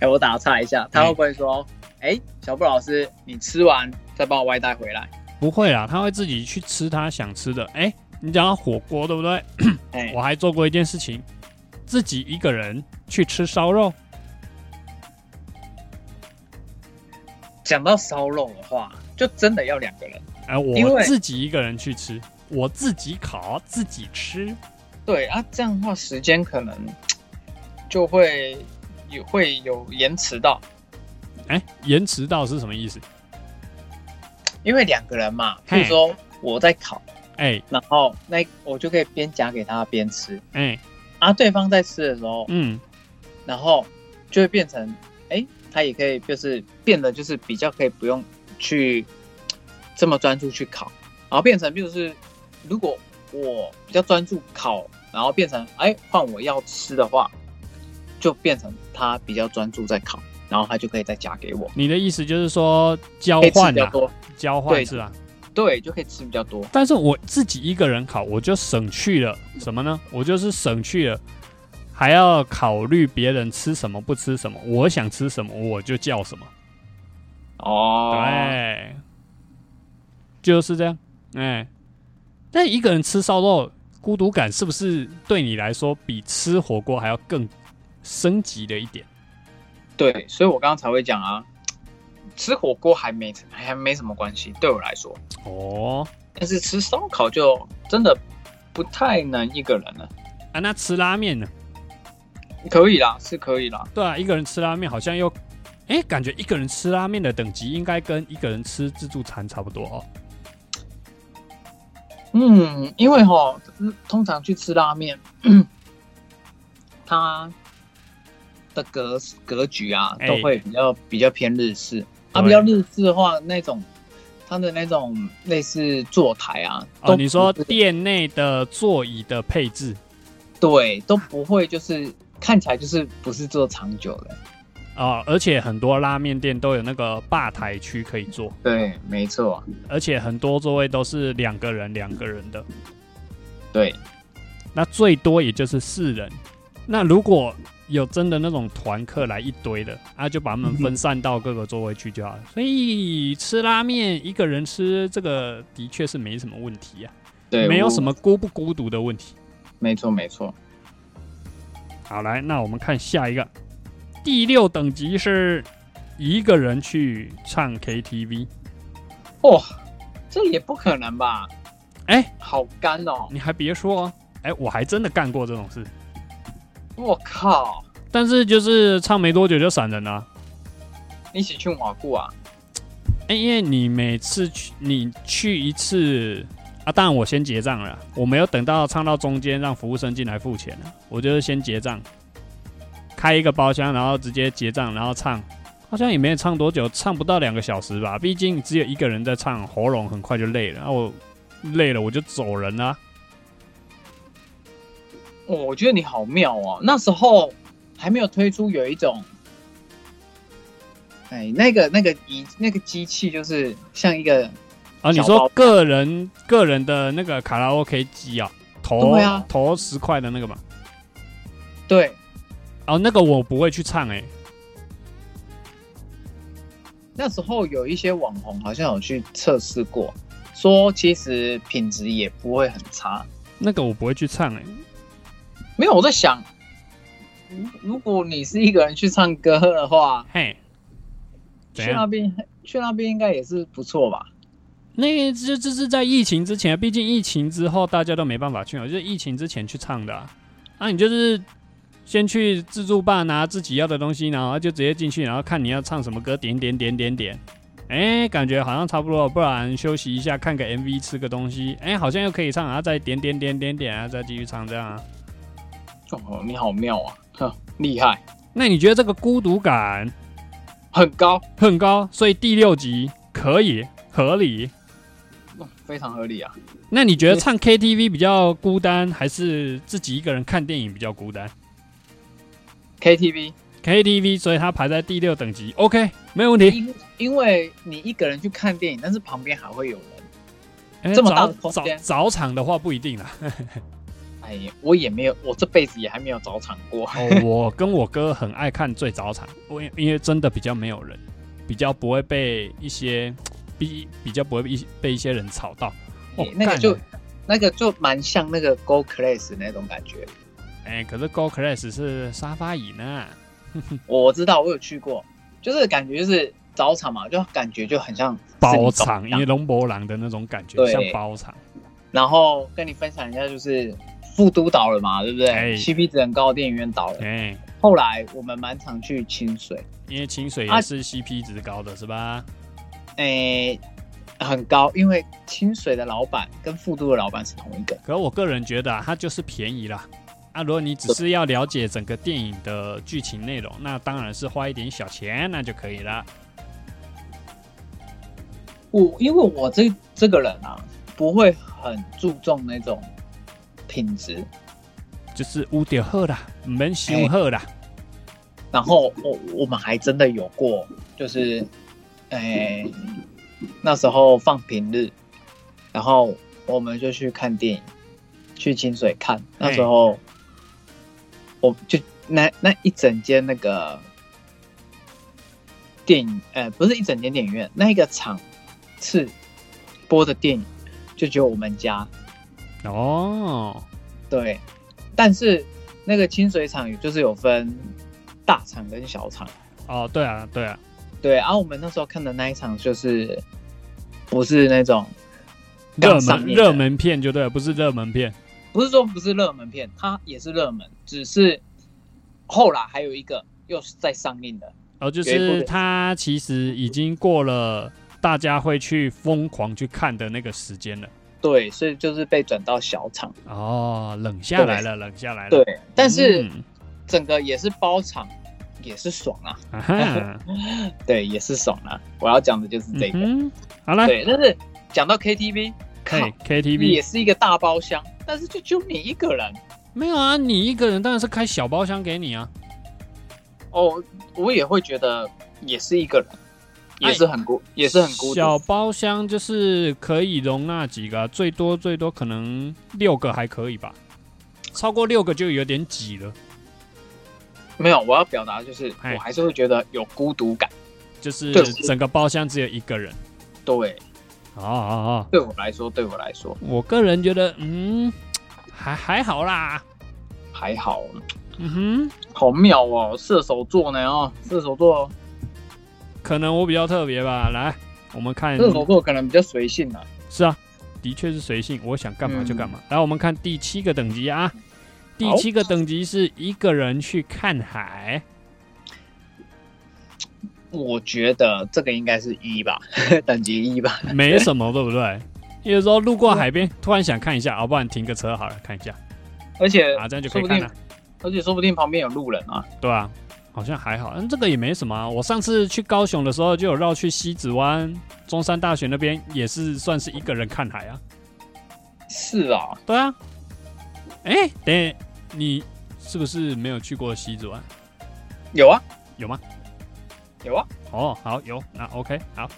Speaker 2: 哎，我打岔一下，他会不会说，哎、小布老师，你吃完再帮我外带回来？
Speaker 1: 不会啦，他会自己去吃他想吃的。哎、你讲到火锅对不对？
Speaker 2: 哎
Speaker 1: 我还做过一件事情，自己一个人去吃烧肉。
Speaker 2: 讲到烧肉的话，就真的要两个人。
Speaker 1: 哎、
Speaker 2: 因
Speaker 1: 我
Speaker 2: 为
Speaker 1: 自己一个人去吃，我自己烤，自己吃。
Speaker 2: 对啊，这样的话时间可能就会有会有延迟到，
Speaker 1: 哎、延迟到是什么意思？
Speaker 2: 因为两个人嘛，
Speaker 1: 嘿
Speaker 2: 譬如说我在烤，
Speaker 1: 哎
Speaker 2: 然后那我就可以边夹给他边吃
Speaker 1: 哎、
Speaker 2: 啊，对方在吃的时候，
Speaker 1: 嗯，
Speaker 2: 然后就会变成，哎、他也可以就是变得就是比较可以不用去这么专注去烤，然后变成就是如果我比较专注烤，然后变成哎换、我要吃的话，就变成他比较专注在烤，然后他就可以再夹给我，
Speaker 1: 你的意思就是说交
Speaker 2: 可以吃
Speaker 1: 哦换啊
Speaker 2: 比较
Speaker 1: 啦，
Speaker 2: 多，
Speaker 1: 交换
Speaker 2: 对
Speaker 1: 是吧？
Speaker 2: 对，就可以吃比较多。
Speaker 1: 但是我自己一个人烤，我就省去了什么呢？我就是省去了，还要考虑别人吃什么不吃什么，我想吃什么我就叫什么，
Speaker 2: 哦，
Speaker 1: 对，就是这样，哎。但一个人吃烧肉，孤独感是不是对你来说比吃火锅还要更升级的一点？
Speaker 2: 对，所以我刚刚才会讲啊，吃火锅还没还没什么关系，对我来说。
Speaker 1: 哦，
Speaker 2: 但是吃烧烤就真的不太能一个人了。
Speaker 1: 啊，那吃拉面呢？
Speaker 2: 可以啦，是可以啦。
Speaker 1: 对啊，一个人吃拉面好像又哎、感觉一个人吃拉面的等级应该跟一个人吃自助餐差不多哦。
Speaker 2: 嗯，因为哈，嗯通常去吃拉面， 它的格格局啊，
Speaker 1: 哎
Speaker 2: 都会比较、比较偏日式。啊，
Speaker 1: 对
Speaker 2: 比较日式的话，那种它的那种类似坐台啊，都
Speaker 1: 哦，你说
Speaker 2: 不是
Speaker 1: 店内的座椅的配置，
Speaker 2: 对，都不会就是看起来就是不是做长久的。
Speaker 1: 啊、而且很多拉面店都有那个吧台区可以坐，
Speaker 2: 对，没错，
Speaker 1: 而且很多座位都是两个人两个人的，
Speaker 2: 对，
Speaker 1: 那最多也就是四人。那如果有真的那种团客来一堆的，啊，就把他们分散到各个座位去就好了。所以吃拉面一个人吃这个的确是没什么问题啊，
Speaker 2: 对，
Speaker 1: 没有
Speaker 2: 我
Speaker 1: 什么，孤不孤独的问题。
Speaker 2: 没错，没错。
Speaker 1: 好，来，那我们看下一个，第六等级是一个人去唱 KTV。
Speaker 2: 哇、哦这也不可能吧？
Speaker 1: 哎、
Speaker 2: 好干哦！
Speaker 1: 你还别说、哦，哎、我还真的干过这种事，
Speaker 2: 我靠，
Speaker 1: 但是就是唱没多久就闪人了、啊
Speaker 2: 一起去瓦固啊？
Speaker 1: 哎、因为你每次去，你去一次啊，当然我先结账了啦，我没有等到唱到中间让服务生进来付钱了，我就是先结账，开一个包厢，然后直接结账，然后唱，好像也没有唱多久，唱不到两个小时吧，毕竟只有一个人在唱，喉咙很快就累了，啊，我累了我就走人啦、
Speaker 2: 哦，我觉得你好妙哦！那时候还没有推出有一种，哎，那个那个仪那个机器就是像一个，
Speaker 1: 啊，你
Speaker 2: 小
Speaker 1: 说
Speaker 2: 包
Speaker 1: 个人个人的那个卡拉 OK 机啊，投
Speaker 2: 对啊
Speaker 1: 投十块的那个嘛，
Speaker 2: 对，
Speaker 1: 哦，那个我不会去唱哎、
Speaker 2: 那时候有一些网红好像有去测试过，说其实品质也不会很差。
Speaker 1: 那个我不会去唱哎、
Speaker 2: 没有，我在想，如如果你是一个人去唱歌的话，
Speaker 1: 嘿，啊怎
Speaker 2: 去
Speaker 1: 样
Speaker 2: 那边去那边应该也是不错吧？
Speaker 1: 那这这是在疫情之前，毕竟疫情之后大家都没办法去嘛，就是疫情之前去唱的啊。啊，你就是先去自助吧拿自己要的东西，然后就直接进去，然后看你要唱什么歌，点点点点点。哎、感觉好像差不多了，不然休息一下，看个 MV，吃个东西，哎、好像又可以唱，然后再点点点点点啊，再继续唱这样啊。
Speaker 2: 哦，你好妙啊，呵，厉害，
Speaker 1: 那你觉得这个孤独感
Speaker 2: 很高，
Speaker 1: 很高，所以第六集可以合理。
Speaker 2: 哦非常合理啊。
Speaker 1: 那你觉得唱 KTV 比较孤单，还是自己一个人看电影比较孤单
Speaker 2: KTV，
Speaker 1: ？KTV，所以它排在第六等级，OK，没有问题。
Speaker 2: 因因为你一个人去看电影，但是旁边还会有人。
Speaker 1: 哎
Speaker 2: 这么大的
Speaker 1: 早
Speaker 2: 空
Speaker 1: 早
Speaker 2: 间
Speaker 1: 早场的话不一 定啦。
Speaker 2: 哎，我也没有，我这辈子也还没有早场过。
Speaker 1: 哦，我跟我哥很爱看最早场，我因因为真的比较没有人，比较不会被一些比比较不会被一被一些人吵到。哦
Speaker 2: 哎，那个
Speaker 1: 干
Speaker 2: 就那个就蛮像那个 Go Class 那种感觉。
Speaker 1: 哎、可是 Go Class 是沙发椅呢。
Speaker 2: 我知道，我有去过，就是感觉就是早场嘛，就感觉就很像
Speaker 1: 包
Speaker 2: 是
Speaker 1: 场，因
Speaker 2: 你懂
Speaker 1: 为
Speaker 2: 的
Speaker 1: 龙博郎的那种感觉，
Speaker 2: 对
Speaker 1: 像包场。
Speaker 2: 然后跟你分享一下，就是副都岛了嘛，对不对、
Speaker 1: 哎
Speaker 2: c p 值很高，电影院倒了。
Speaker 1: 哎、
Speaker 2: 后来我们蛮常去清水，
Speaker 1: 因为清水
Speaker 2: 啊
Speaker 1: 也是 CP 值高的，是吧？
Speaker 2: 诶、很高，因为清水的老板跟副都的老板是同一个。
Speaker 1: 可我个人觉得啊，它就是便宜啦。啊，如果你只是要了解整个电影的剧情内容，那当然是花一点小钱那就可以了。
Speaker 2: 我因为我这这个人啊，不会很注重那种品质，
Speaker 1: 就是五点赫啦，门修赫啦，
Speaker 2: 然后我我们还真的有过，就是，诶、那时候放平日，然后我们就去看电影，去清水看。那时候，我就那那一整间那个电影，呃，不是一整间电影院，那一个场次播的电影，就只有我们家哎
Speaker 1: 哦，
Speaker 2: 对，但是那个清水场就是有分大场跟小场。
Speaker 1: 哦，对啊，对啊，
Speaker 2: 对，啊，我们那时候看的那一场就是不是那种
Speaker 1: 热
Speaker 2: 刚上
Speaker 1: 门
Speaker 2: 映的
Speaker 1: 热，门片哦就对啊了，不是热门片
Speaker 2: 不是说不是热门片，它也是热门，只是后来还有一个又是在上映的，
Speaker 1: 呃，就
Speaker 2: 有一部
Speaker 1: 是
Speaker 2: 电
Speaker 1: 他其实已经过了大家会去疯狂去看的那个时间了。
Speaker 2: 对，所以就是被转到小厂。
Speaker 1: 哦，冷下来了，冷下来了。
Speaker 2: 对，，但是
Speaker 1: 嗯、
Speaker 2: 整个也是包场，也是爽啊，
Speaker 1: 啊 哈，
Speaker 2: 对，也是爽啊。我要讲的就是这
Speaker 1: 嗯
Speaker 2: 个。
Speaker 1: 哼，好了，
Speaker 2: 对，但是讲到 KTV，靠，
Speaker 1: 嘿
Speaker 2: 也
Speaker 1: ，KTV
Speaker 2: 是一个大包厢，但是就就你一个人。
Speaker 1: 没有啊，你一个人当然是开小包厢给你啊。
Speaker 2: 哦，我也会觉得也是一个人，也是很孤，也是很孤独。
Speaker 1: 小包厢就是可以容纳几个啊、最多最多可能六个还可以吧，超过六个就有点挤了，
Speaker 2: 没有，我要表达的就是，
Speaker 1: 哎
Speaker 2: 我还是会觉得有孤独感。
Speaker 1: 就是
Speaker 2: 对
Speaker 1: 整个包厢只有一个人。
Speaker 2: 对，
Speaker 1: 哦哦哦，
Speaker 2: 对我来说，对我来说
Speaker 1: 我个人觉得，嗯，还还好啦，
Speaker 2: 还好，
Speaker 1: 嗯哼，
Speaker 2: 好妙哦，射手座呢哦，射手座，
Speaker 1: 可能我比较特别吧。来，我们看，
Speaker 2: 射手座可能比较随性啊。
Speaker 1: 是啊，的确是随性，我想干嘛就干嘛。来，我们看第七个等级啊，第
Speaker 2: 嗯好
Speaker 1: 七个等级是一个人去看海。
Speaker 2: 我觉得这个应该是一吧， 等级一吧。
Speaker 1: 没什么，对不对？有时候路过海边，突然想看一下，啊，不然停个车好了，看一下
Speaker 2: 而且
Speaker 1: 啊，这样就可以看了、
Speaker 2: 而且说不定旁边有路人啊。
Speaker 1: 对啊，好像还好，嗯，这个也没什么、啊。我上次去高雄的时候，就有绕去西子湾、中山大学那边，也是算是一个人看海啊。
Speaker 2: 是啊，
Speaker 1: 对啊，哎、等一下你是不是没有去过西子湾？
Speaker 2: 有啊，
Speaker 1: 有吗？
Speaker 2: 有啊，
Speaker 1: 哦，好，有，那 OK，好，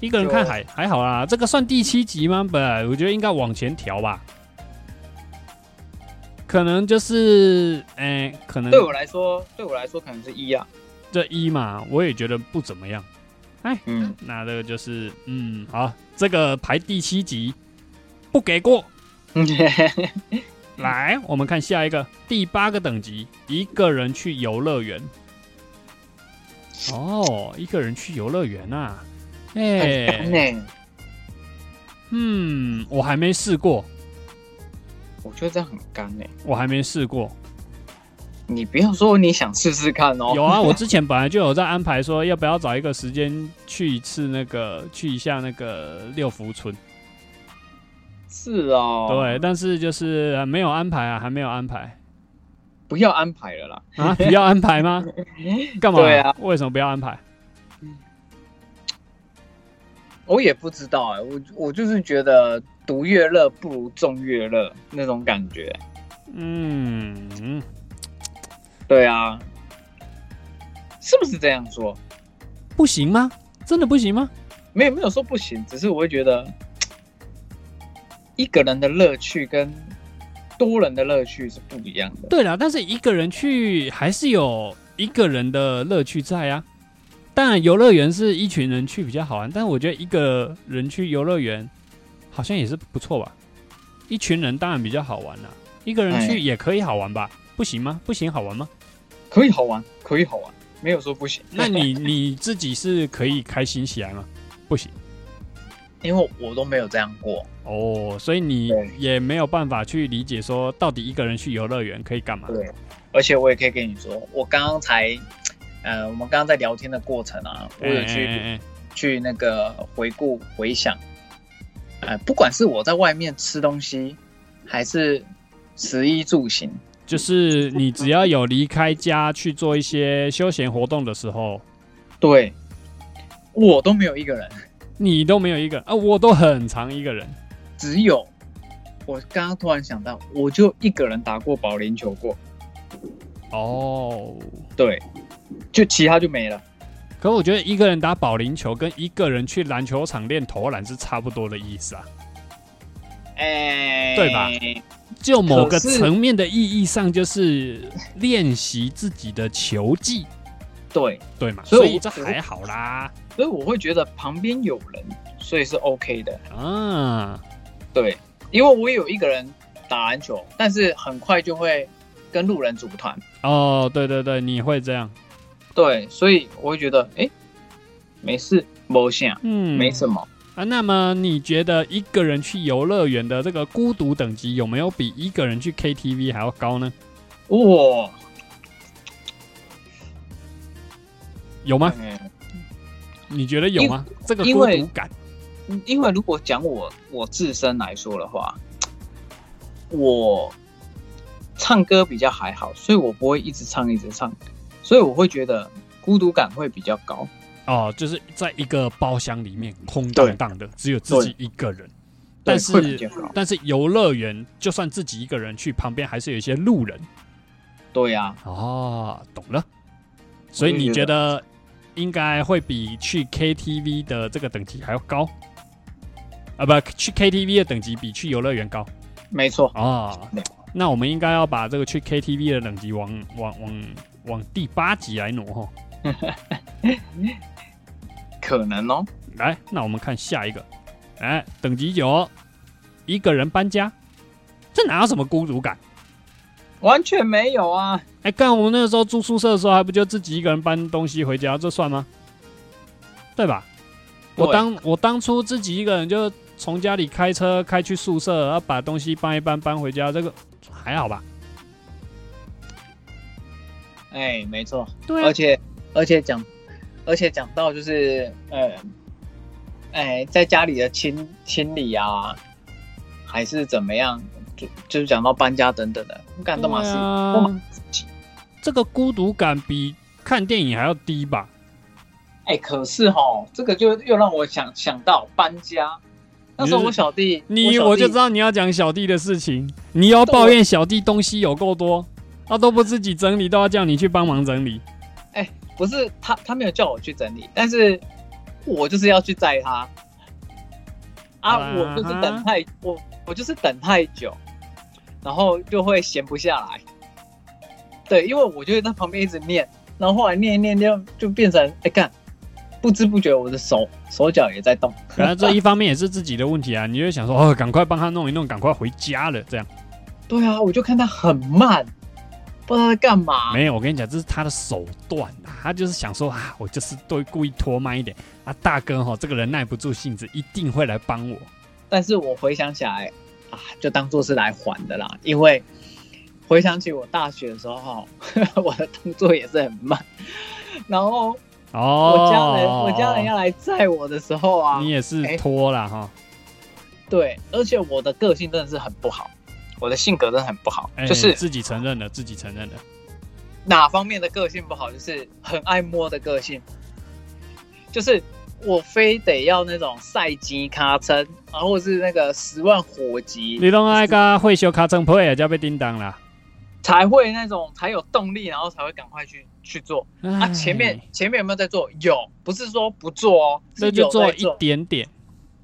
Speaker 1: 一个人看海还好啦。这个算第七集吗？不，我觉得应该往前调吧。可能就是，哎、可能
Speaker 2: 对我来说，对我来说可能是一啊。
Speaker 1: 这一嘛，我也觉得不怎么样。
Speaker 2: 嗯，
Speaker 1: 那这个就是，嗯，好，这个排第七集，不给过。嗯
Speaker 2: 嗯
Speaker 1: 来，我们看下一个，第八个等级，一个人去游乐园。哦，一个人去游乐园啊，哎、
Speaker 2: 很难呢，
Speaker 1: 嗯，我还没试过，
Speaker 2: 我觉得这样很干欸呢。
Speaker 1: 我还没试过。
Speaker 2: 你不要说你想试试看哦。
Speaker 1: 有啊，我之前本来就有在安排说，要不要找一个时间去一次那个，去一下那个六福村。
Speaker 2: 是哦，
Speaker 1: 对，，但是就是呃没有安排啊，还没有安 排
Speaker 2: 不要安排了啦。
Speaker 1: 啊，不要安排 吗？干嘛？
Speaker 2: 对啊，
Speaker 1: 为什么不要安排？
Speaker 2: 我也不知道哎、我我就是觉得独乐乐不如众乐乐那种感觉。
Speaker 1: 嗯，嗯
Speaker 2: 对啊，是不是这样说？
Speaker 1: 不行吗？真的不行吗？
Speaker 2: 没有没有说不行，只是我会觉得一个人的乐趣跟多人的乐趣是不一样的。
Speaker 1: 对啦，但是一个人去还是有一个人的乐趣在啊。当然，游乐园是一群人去比较好玩，但我觉得一个人去游乐园好像也是不错吧。一群人当然比较好玩啦、一个人去
Speaker 2: 哎
Speaker 1: 也可以好玩吧？不行吗？不行好玩 吗？
Speaker 2: 可以好玩，可以好玩，没有说不行。
Speaker 1: 那你你自己是可以开心起来吗？不行
Speaker 2: 因为我都没有这样过，
Speaker 1: 哦，所以你
Speaker 2: 对
Speaker 1: 也没有办法去理解说到底一个人去游乐园可以干嘛？
Speaker 2: 对，而且我也可以跟你说，我刚刚才，呃，我们刚刚在聊天的过程啊，我
Speaker 1: 哎
Speaker 2: 有去、
Speaker 1: 哎哎哎
Speaker 2: 去那个回顾回想，呃，不管是我在外面吃东西，还是食衣住行，
Speaker 1: 就是你只要有离开家去做一些休闲活动的时候，
Speaker 2: 对我都没有一个人，
Speaker 1: 你都没有一个啊，我都很常一个人。
Speaker 2: 只有我刚刚突然想到，我就一个人打过保龄球过，
Speaker 1: 哦，
Speaker 2: 对，就其他就没了。
Speaker 1: 可我觉得一个人打保龄球跟一个人去篮球场练投篮是差不多的意思啊，
Speaker 2: 哎、
Speaker 1: 对吧？就某个
Speaker 2: 可是
Speaker 1: 层面的意义上，就是练习自己的球技，
Speaker 2: 对，
Speaker 1: 对嘛？
Speaker 2: 所以
Speaker 1: 所
Speaker 2: 我
Speaker 1: 以这还好啦，
Speaker 2: 所以我会觉得旁边有人，所以是 OK 的。
Speaker 1: 啊，
Speaker 2: 对，因为我也有一个人打篮球，但是很快就会跟路人组团。
Speaker 1: 哦，对对对，你会这样，
Speaker 2: 对，所以我会觉得，哎、没事，没想，
Speaker 1: 嗯，
Speaker 2: 没什么。
Speaker 1: 啊，那么你觉得一个人去游乐园的这个孤独等级有没有比一个人去 KTV 还要高呢？
Speaker 2: 哇，
Speaker 1: 有吗？
Speaker 2: 嗯，
Speaker 1: 你觉得有吗？这个
Speaker 2: 因
Speaker 1: 孤
Speaker 2: 为
Speaker 1: 独感，
Speaker 2: 嗯因为如果讲我我自身来说的话，我唱歌比较还好，所以我不会一直唱一直唱，所以我会觉得孤独感会比较高。
Speaker 1: 哦，就是在一个包厢里面空荡荡的，只有自己一个人。但
Speaker 2: 对会比较
Speaker 1: 是
Speaker 2: 高
Speaker 1: 但是游乐园就算自己一个人去，旁边还是有一些路人
Speaker 2: 对啊呀、
Speaker 1: 哦，懂了。所以
Speaker 2: 就
Speaker 1: 你
Speaker 2: 觉
Speaker 1: 觉得应该会比去 KTV 的这个等级还要高？啊，不，去 KTV 的等级比去游乐园高
Speaker 2: 没错，
Speaker 1: 啊
Speaker 2: 对。
Speaker 1: 那我们应该要把这个去 KTV 的等级往往往往第八级来挪哈。
Speaker 2: 可能哦。
Speaker 1: 来，那我们看下一个，哎，等级九，一个人搬家，这哪有什么孤独感？
Speaker 2: 完全没有啊，
Speaker 1: 哎，干我们那个时候住宿舍的时候，还不就自己一个人搬东西回家，这算吗？对吧？我
Speaker 2: 对
Speaker 1: 当我当初自己一个人就从家里开车开去宿舍，然后把东西搬一搬搬回家，这个还好吧？
Speaker 2: 哎、没错，
Speaker 1: 对
Speaker 2: 而
Speaker 1: 啊，
Speaker 2: 且而且讲，而且讲到就是呃，哎、在家里的清清理啊，还是怎么样，就就是讲到搬家等等的，我感动嘛
Speaker 1: 对
Speaker 2: 是，
Speaker 1: 啊
Speaker 2: 都嘛是自己
Speaker 1: 这个孤独感比看电影还要低吧？
Speaker 2: 哎、可是哈，这个就又让我想想到搬家。那时候
Speaker 1: 你是
Speaker 2: 我小弟，
Speaker 1: 你
Speaker 2: 我
Speaker 1: 我
Speaker 2: 小
Speaker 1: 就
Speaker 2: 弟
Speaker 1: 知道你要讲小弟的事情，你要抱怨小弟东西有够多，他都不自己整理，都要叫你去帮忙 整理。
Speaker 2: 不是他，他没有叫我去整理，但是我就是要去载他。啊，
Speaker 1: 啊哈
Speaker 2: 我就是等太我我就是等太久，然后就会闲不下来。对，因为我就会在旁边一直念，然后后来念一念就就变成哎干、不知不觉我的手手脚也在动。
Speaker 1: 然后这一方面也是自己的问题啊，你就会想说哦，赶快帮他弄一弄，赶快回家了这样。
Speaker 2: 对啊，我就看他很慢，不知道在干嘛。
Speaker 1: 没有，我跟你讲，这是他的手段啊，他就是想说啊，我就是都故意拖慢一点啊，大哥哈，这个人耐不住性子，一定会来帮我。
Speaker 2: 但是我回想起来啊，就当做是来还的啦，因为回想起我大学的时候， 我的动作也是很慢，然后
Speaker 1: 哦，
Speaker 2: 我家人、我家人要来载我的时候啊
Speaker 1: 你，也是
Speaker 2: 哎
Speaker 1: 拖啦哈，
Speaker 2: 对，而且我的个性真的是很不好，我的性格真的很不好，
Speaker 1: 哎
Speaker 2: 就是
Speaker 1: 自己承认了，自己承认了。
Speaker 2: 哪方面的个性不好，就是很爱摸的个性，就是。我非得要那种赛级卡称，然后是那个十万火急，
Speaker 1: 你拢爱甲会修卡层配啊，才被叮当啦。
Speaker 2: 才会那种才有动力，然后才会赶快去去做。啊，
Speaker 1: 哎
Speaker 2: 前面前面有没有在做？有，不是说不做哦，
Speaker 1: 那
Speaker 2: 是
Speaker 1: 就
Speaker 2: 有
Speaker 1: 做
Speaker 2: 在
Speaker 1: 一点点，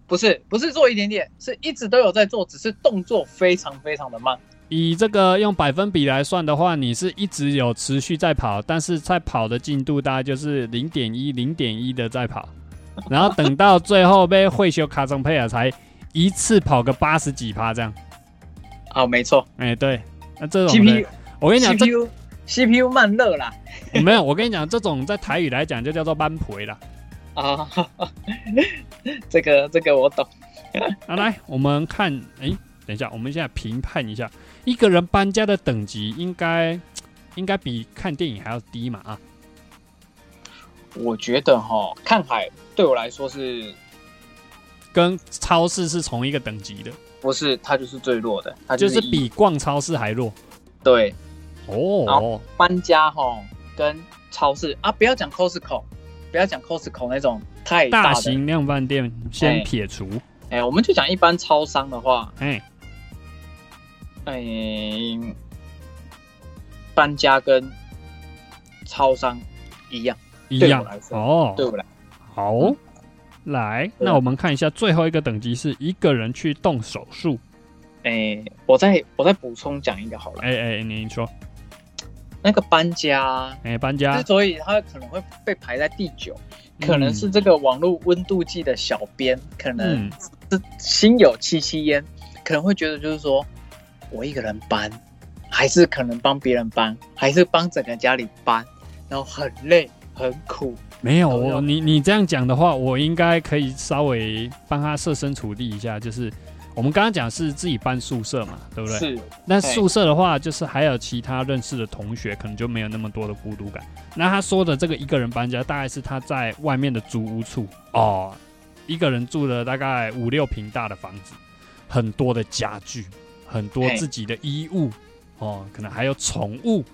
Speaker 2: 不是不是做一点点，是一直都有在做，只是动作非常非常的慢。
Speaker 1: 以这个用百分比来算的话，你是一直有持续在跑，但是在跑的进度大概就是零点一、零点一的在跑，然后等到最后被会修卡层配啊，才一次跑个八十几趴这样。
Speaker 2: 啊，没错
Speaker 1: 哎、对，那这种的
Speaker 2: ，CPU
Speaker 1: 我跟你讲，这
Speaker 2: CPU CPU 慢热啦
Speaker 1: 没有，我跟你讲，这种在台语来讲就叫做班培啦。
Speaker 2: 啊， 这个这个我懂。
Speaker 1: 啊，来，我们看，哎、等一下，我们现在评判一下，一个人搬家的等级应该应该比看电影还要低嘛啊？
Speaker 2: 我觉得哈，看海对我来说是
Speaker 1: 跟超市是同一个等级的，
Speaker 2: 不是它就是最弱的，它
Speaker 1: 就是
Speaker 2: 一
Speaker 1: 比逛超市还弱
Speaker 2: 对
Speaker 1: 哦
Speaker 2: 好。搬家哈跟超市啊，不要讲 Costco，不要讲 Costco 那种太
Speaker 1: 大
Speaker 2: 的
Speaker 1: 型量贩店先
Speaker 2: 哎
Speaker 1: 撇除，
Speaker 2: 哎、我们就讲一般超商的话，
Speaker 1: 哎，
Speaker 2: 哎、搬家跟超商一样，
Speaker 1: 一
Speaker 2: 对
Speaker 1: 样
Speaker 2: 我来说
Speaker 1: 哦。
Speaker 2: 对不对？
Speaker 1: 好，来，
Speaker 2: 对
Speaker 1: 那我们看一下最后一个等级是一个人去动手术。
Speaker 2: 哎、我再我再补充讲一个好了，
Speaker 1: 哎哎，您说，
Speaker 2: 那个搬家
Speaker 1: 哎，搬
Speaker 2: 之
Speaker 1: 家，
Speaker 2: 所以它可能会被排在第九，
Speaker 1: 嗯
Speaker 2: 可能是这个网络温度计的小编可能
Speaker 1: 嗯，
Speaker 2: 是心有戚戚焉，可能会觉得就是说我一个人搬，还是可能帮别人搬，还是帮整个家里搬，然后很累很苦，
Speaker 1: 没有
Speaker 2: 都
Speaker 1: 我，
Speaker 2: 要
Speaker 1: 你你这样讲的话，我应该可以稍微帮他设身处地一下，就是我们刚刚讲是自己搬宿舍嘛，对不对？
Speaker 2: 是，
Speaker 1: 那宿舍的话，就是还有其他认识的同学，可能就没有那么多的孤独感。那他说的这个一个人搬家，大概是他在外面的租屋处哦，一个人住了大概五六平大的房子，很多的家具，很多
Speaker 2: 嘿
Speaker 1: 自己的衣物哦，可能还有宠物，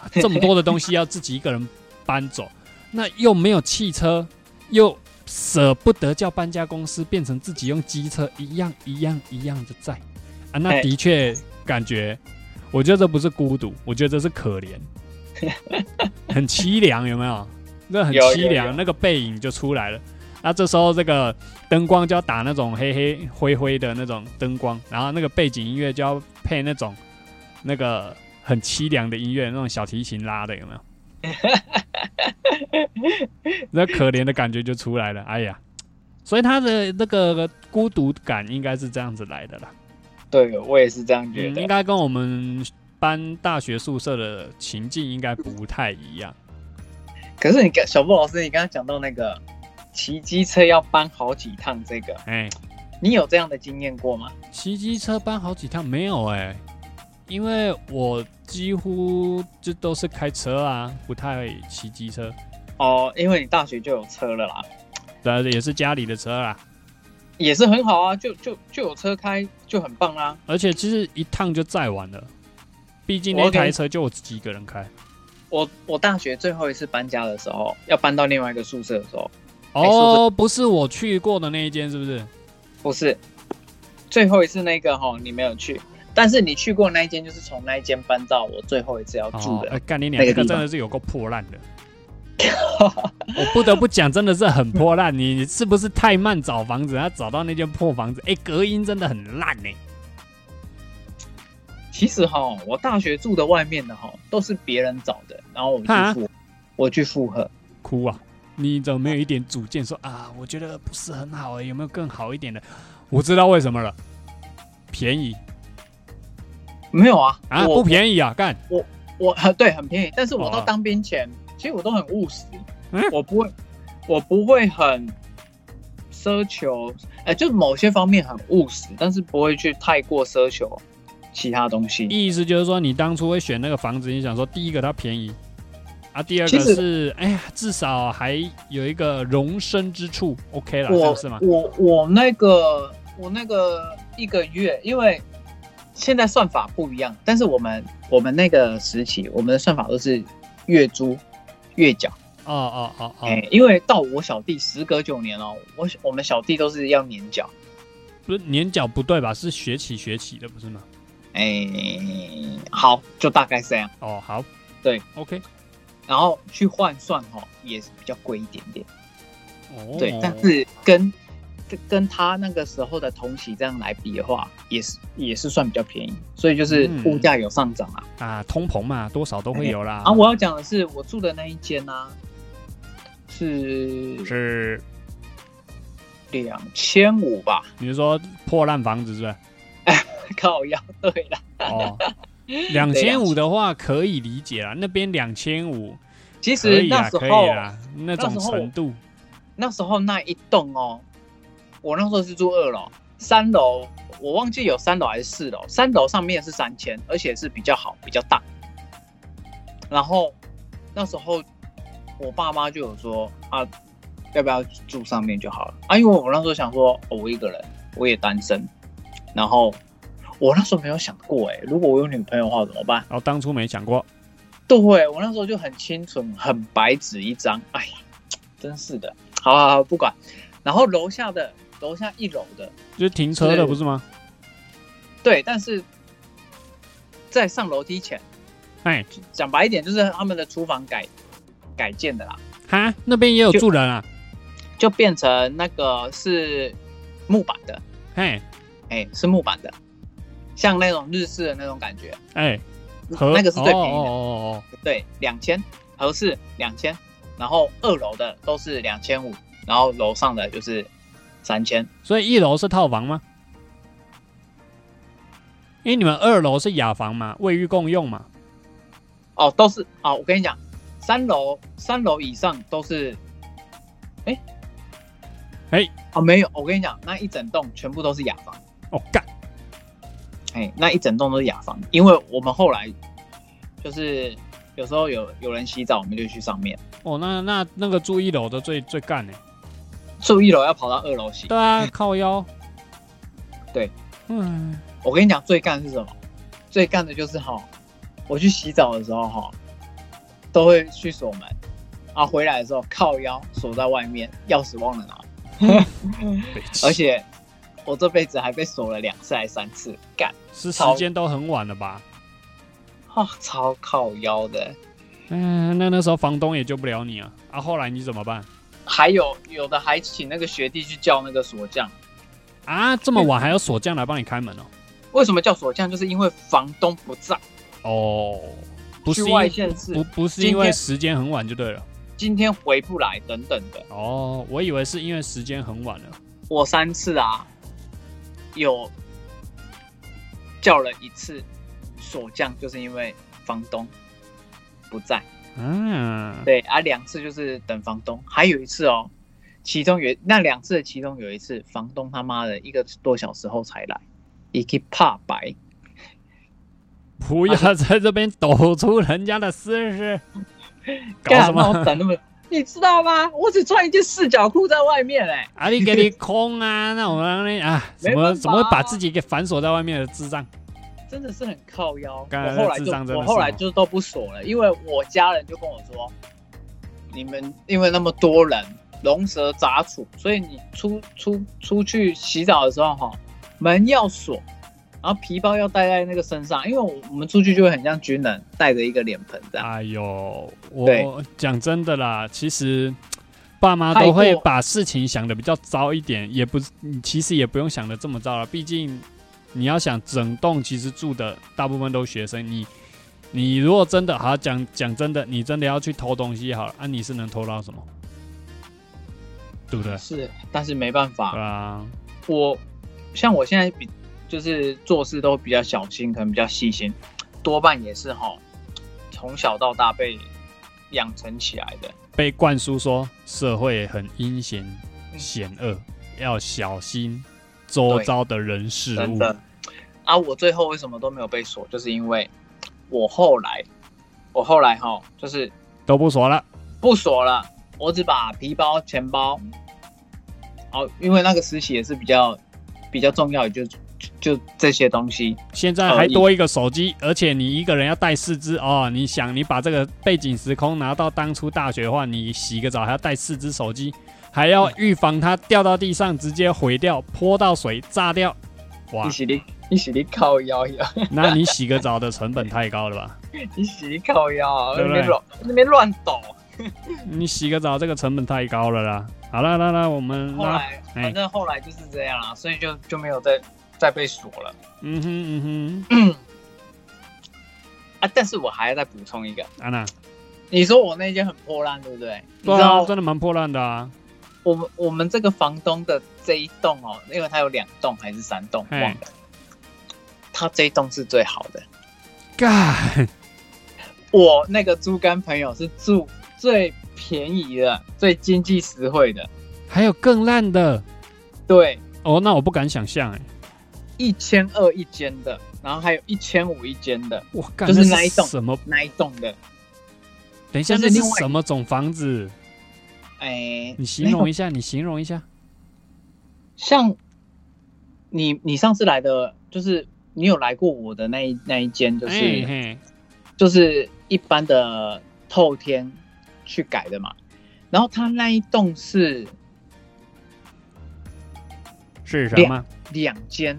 Speaker 1: 啊这么多的东西要自己一个人搬走，那又没有汽车，又舍不得叫搬家公司变成自己用机车，一样一样一样的在啊，那
Speaker 2: 哎
Speaker 1: 的确感觉，我觉得这不是孤独，我觉得这是可怜， 很凄凉，有没有？那很
Speaker 2: 有有
Speaker 1: 凄
Speaker 2: 有
Speaker 1: 凉，那个背影就出来了。那这时候这个灯光就要打那种黑黑灰灰的那种灯光，然后那个背景音乐就要配那种那个很凄凉的音乐，那种小提琴拉的有没 有？那可怜的感觉就出来了。哎呀，所以他的那个孤独感应该是这样子来的啦。
Speaker 2: 对我也是这样觉
Speaker 1: 嗯，
Speaker 2: 得。
Speaker 1: 应该跟我们搬大学宿舍的情境应该不太一样。
Speaker 2: 可是你跟小布老师，你刚刚讲到那个骑机车要搬好几趟，这个
Speaker 1: 哎、
Speaker 2: 你有这样的经验过吗？
Speaker 1: 骑机车搬好几趟没有哎、因为我几乎就都是开车啊，不太骑机车，
Speaker 2: 哦，因为你大学就有车了啦，
Speaker 1: 当然也是家里的车啦。
Speaker 2: 也是很好啊，就就就有车开就很棒啊啦。
Speaker 1: 而且其实一趟就载完了，毕竟
Speaker 2: 我
Speaker 1: 那
Speaker 2: 跟
Speaker 1: 台车就我自己一个人开。
Speaker 2: 我我大学最后一次搬家的时候，要搬到另外一个宿舍的时候，哎说
Speaker 1: 哦，不是我去过的那一间，是不是？
Speaker 2: 不是最后一次那个哈，你没有去，但是你去过那一间，就是从那一间搬到我最后一次要住
Speaker 1: 哦，
Speaker 2: 的。
Speaker 1: 哎干你娘，
Speaker 2: 那个
Speaker 1: 这个
Speaker 2: 地
Speaker 1: 真
Speaker 2: 方
Speaker 1: 的是有够破烂的。我不得不讲，真的是很破烂。你你是不是太慢找房子？他找到那间破房子，哎、隔音真的很烂哎呢、
Speaker 2: 其实哈，我大学住的外面的哈，都是别人找的，然后我
Speaker 1: 啊
Speaker 2: 去附，我去附和。
Speaker 1: 哭啊！你怎么没有一点主见说啊？我觉得不是很好哎、有没有更好一点的？我知道为什么了，便宜
Speaker 2: 没有啊，
Speaker 1: 啊，
Speaker 2: 我
Speaker 1: 不便宜啊，干
Speaker 2: 我很对很便宜，但是我
Speaker 1: 哦
Speaker 2: 到当兵前，其实我都很务实，
Speaker 1: 嗯
Speaker 2: 我不会，我不会很奢求，哎、就某些方面很务实，但是不会去太过奢求其他东西。
Speaker 1: 意思就是说，你当初会选那个房子，你想说第一个它便宜啊，第二
Speaker 2: 其
Speaker 1: 个
Speaker 2: 实
Speaker 1: 是哎呀，至少还有一个容身之处，OK 了，这
Speaker 2: 我
Speaker 1: 样是吗？
Speaker 2: 我我那个我那个一个月，因为现在算法不一样，但是我们我们那个时期，我们的算法都是月租月缴。
Speaker 1: 哦哦哦哦，
Speaker 2: 哎、因为到我小弟时隔九年哦，我我们小弟都是要年缴。
Speaker 1: 不是年缴不对吧？是学起学起的不是吗？
Speaker 2: 哎、好，就大概这样。
Speaker 1: 哦，好，
Speaker 2: 对
Speaker 1: ，OK，
Speaker 2: 然后去换算哦，也是比较贵一点点，
Speaker 1: 哦，
Speaker 2: 对。但是跟跟跟他那个时候的同期这样来比的话，也是也是算比较便宜，所以就是
Speaker 1: 嗯
Speaker 2: 物价有上涨啊。
Speaker 1: 啊，通膨嘛，多少都会有啦。
Speaker 2: 啊，我要讲的是我住的那一间啊，是
Speaker 1: 是
Speaker 2: 两千五吧？
Speaker 1: 你是说破烂房子是吧？
Speaker 2: 靠腰，对啦，
Speaker 1: 哦，两千五的话可以理解啦，那边两千五
Speaker 2: 其
Speaker 1: 可
Speaker 2: 实
Speaker 1: 以
Speaker 2: 那
Speaker 1: 啦，
Speaker 2: 时
Speaker 1: 可以啊
Speaker 2: 候
Speaker 1: 啦，那种程度
Speaker 2: 那时候那一栋哦，我那时候是住二楼，三楼我忘记有三楼还是四楼，三楼上面是三千，而且是比较好、比较大。然后那时候我爸妈就有说啊，要不要住上面就好了啊？因为我那时候想说，哦、我一个人，我也单身，然后我那时候没有想过、欸，如果我有女朋友的话怎么办？
Speaker 1: 哦，当初没想过，
Speaker 2: 对我那时候就很清纯，很白纸一张。哎呀，真是的，好好好，不管。然后楼下的楼下一楼的，
Speaker 1: 就是停车的
Speaker 2: 是
Speaker 1: 不是吗？
Speaker 2: 对，但是在上楼梯前，
Speaker 1: 哎，
Speaker 2: 讲白一点，就是他们的厨房改改建的啦，
Speaker 1: 哈，那边也有
Speaker 2: 就
Speaker 1: 住人啊，
Speaker 2: 就变成那个是木板的，
Speaker 1: 嘿，
Speaker 2: 哎，是木板的，像那种日式的那种感觉，
Speaker 1: 哎，和
Speaker 2: 那个是最便宜的，
Speaker 1: 哦哦哦
Speaker 2: 对，两千合适两千，然后二楼的都是两千五，然后楼上的就是三千。
Speaker 1: 哦，所以一楼是套房吗？因为你们二楼是雅房嘛，卫浴共用嘛，
Speaker 2: 哦，都是啊、我跟你讲，三楼三楼以上都是，哎、
Speaker 1: 哎
Speaker 2: 哦没有，我跟你讲，那一整栋全部都是雅房，
Speaker 1: 哦干，
Speaker 2: 哎，那一整栋都是雅房，因为我们后来就是有时候有有人洗澡，我们就去上面，
Speaker 1: 哦那那那个住一楼的最最干呢、欸
Speaker 2: 住一楼要跑到二楼洗。
Speaker 1: 对啊，靠腰，
Speaker 2: 对，
Speaker 1: 嗯，
Speaker 2: 我跟你讲最干是什么？最干的就是哈，我去洗澡的时候哈，都会去锁门，啊回来的时候靠腰锁在外面，钥匙忘了拿，
Speaker 1: 北
Speaker 2: 而
Speaker 1: 齐
Speaker 2: 且我这辈子还被锁了两次还三次，干
Speaker 1: 是时
Speaker 2: 超
Speaker 1: 间都很晚了吧？
Speaker 2: 啊超靠腰的。
Speaker 1: 嗯，那那时候房东也救不了你啊，啊，后来你怎么办？
Speaker 2: 还有有的还请那个学弟去叫那个锁匠，
Speaker 1: 啊，这么晚还要锁匠来帮你开门哦？
Speaker 2: 为什么叫锁匠？就是因为房东不在，
Speaker 1: 哦，不是
Speaker 2: 去
Speaker 1: 因
Speaker 2: 外县市
Speaker 1: 不不是
Speaker 2: 今
Speaker 1: 因为
Speaker 2: 天
Speaker 1: 时间很晚就对了。
Speaker 2: 今天回不来等等的。
Speaker 1: 哦，我以为是因为时间很晚了。
Speaker 2: 我三次啊，有叫了一次锁匠，就是因为房东不在。
Speaker 1: 嗯，
Speaker 2: 对啊，两次就是等房东，还有一次哦，其中有那两次的其中有一次，房东他妈的一个多小时后才来，一个怕白。
Speaker 1: 不要在这边抖出人家的私 事，搞什
Speaker 2: 干嘛
Speaker 1: 么？
Speaker 2: 我等那么？你知道吗？我只穿一件四角裤在外面哎、
Speaker 1: 啊，你给你空啊，那我让你啊，怎
Speaker 2: 没
Speaker 1: 么
Speaker 2: 办法
Speaker 1: 怎么会把自己给反锁在外面的智障？
Speaker 2: 真的是很靠腰。
Speaker 1: 干
Speaker 2: 我后来
Speaker 1: 智障真
Speaker 2: 就
Speaker 1: 的
Speaker 2: 我
Speaker 1: 是
Speaker 2: 后来就都不锁了，因为我家人就跟我说，你们因为那么多人龙蛇杂处，所以你出出出去洗澡的时候哈，门要锁，然后皮包要带在那个身上，因为我我们出去就会很像军人，带着一个脸盆这样。
Speaker 1: 哎呦，
Speaker 2: 对
Speaker 1: 我讲真的啦，其实爸妈
Speaker 2: 太
Speaker 1: 都
Speaker 2: 过
Speaker 1: 会把事情想的比较糟一点，也不，你其实也不用想的这么糟了。毕竟你要想，整栋其实住的大部分都是学生，你你如果真的好讲讲真的，你真的要去偷东西好了，啊，你是能偷到什么？对不对？
Speaker 2: 是，但是没办法，
Speaker 1: 对啊，
Speaker 2: 我像我现在比就是做事都比较小心，可能比较细心，多半也是哈，从小到大被养成起来的。
Speaker 1: 被灌输说社会很阴险
Speaker 2: 嗯
Speaker 1: 险恶，要小心周
Speaker 2: 对
Speaker 1: 遭的人事
Speaker 2: 真
Speaker 1: 物。
Speaker 2: 的啊！我最后为什么都没有被锁，就是因为我后来，我后来哈，就是
Speaker 1: 都不说了。
Speaker 2: 不锁了，我只把皮包、钱包，哦，因为那个实习也是比较比较重要，也就就就这些东西。
Speaker 1: 现在还多一个手机，而且你一个人要带四只哦。你想，你把这个背景时空拿到当初大学的话，你洗个澡还要带四只手机，还要预防它掉到地上直接毁掉、泼到水、炸掉。哇
Speaker 2: 你，洗的，你洗的靠腰呀。
Speaker 1: 那你洗个澡的成本太高了吧？
Speaker 2: 你洗靠腰，
Speaker 1: 对
Speaker 2: 那
Speaker 1: 不对
Speaker 2: 边乱那边乱抖。
Speaker 1: 你洗个澡这个成本太高了啦。好了，来来，我们
Speaker 2: 后
Speaker 1: 拉，
Speaker 2: 来
Speaker 1: 哎
Speaker 2: 反正后来就是这样啦，所以就就没有再再被锁了
Speaker 1: 嗯哼嗯
Speaker 2: 啊。但是我还要再补充一个，
Speaker 1: 哼，安娜，
Speaker 2: 你说我那间很破烂，对不对？你
Speaker 1: 对
Speaker 2: 知
Speaker 1: 啊，
Speaker 2: 道
Speaker 1: 真的蛮破烂的啊。
Speaker 2: 我们我们这个房东的这一栋哦，因为他有两栋还是三栋，
Speaker 1: 嘿
Speaker 2: 忘了。他这一栋是最好的，
Speaker 1: 干，
Speaker 2: 我那个猪肝朋友是住最便宜的、最经济实惠的，
Speaker 1: 还有更烂的
Speaker 2: 对，
Speaker 1: 哦，那我不敢想象哎、
Speaker 2: 一千二一间的，然后还有一千五一间的
Speaker 1: 我干，
Speaker 2: 就是
Speaker 1: 那
Speaker 2: 那一栋
Speaker 1: 什么
Speaker 2: 那一栋的，
Speaker 1: 等一下，
Speaker 2: 就是
Speaker 1: 那是
Speaker 2: 另外
Speaker 1: 什么种房子？
Speaker 2: 哎、
Speaker 1: 你形容一下，你形容一下。
Speaker 2: 像你你上次来的，就是你有来过我的那一那一间，就是、
Speaker 1: 哎嘿，
Speaker 2: 就是一般的透天去改的嘛。然后它那一栋是
Speaker 1: 是什么
Speaker 2: 两？两间，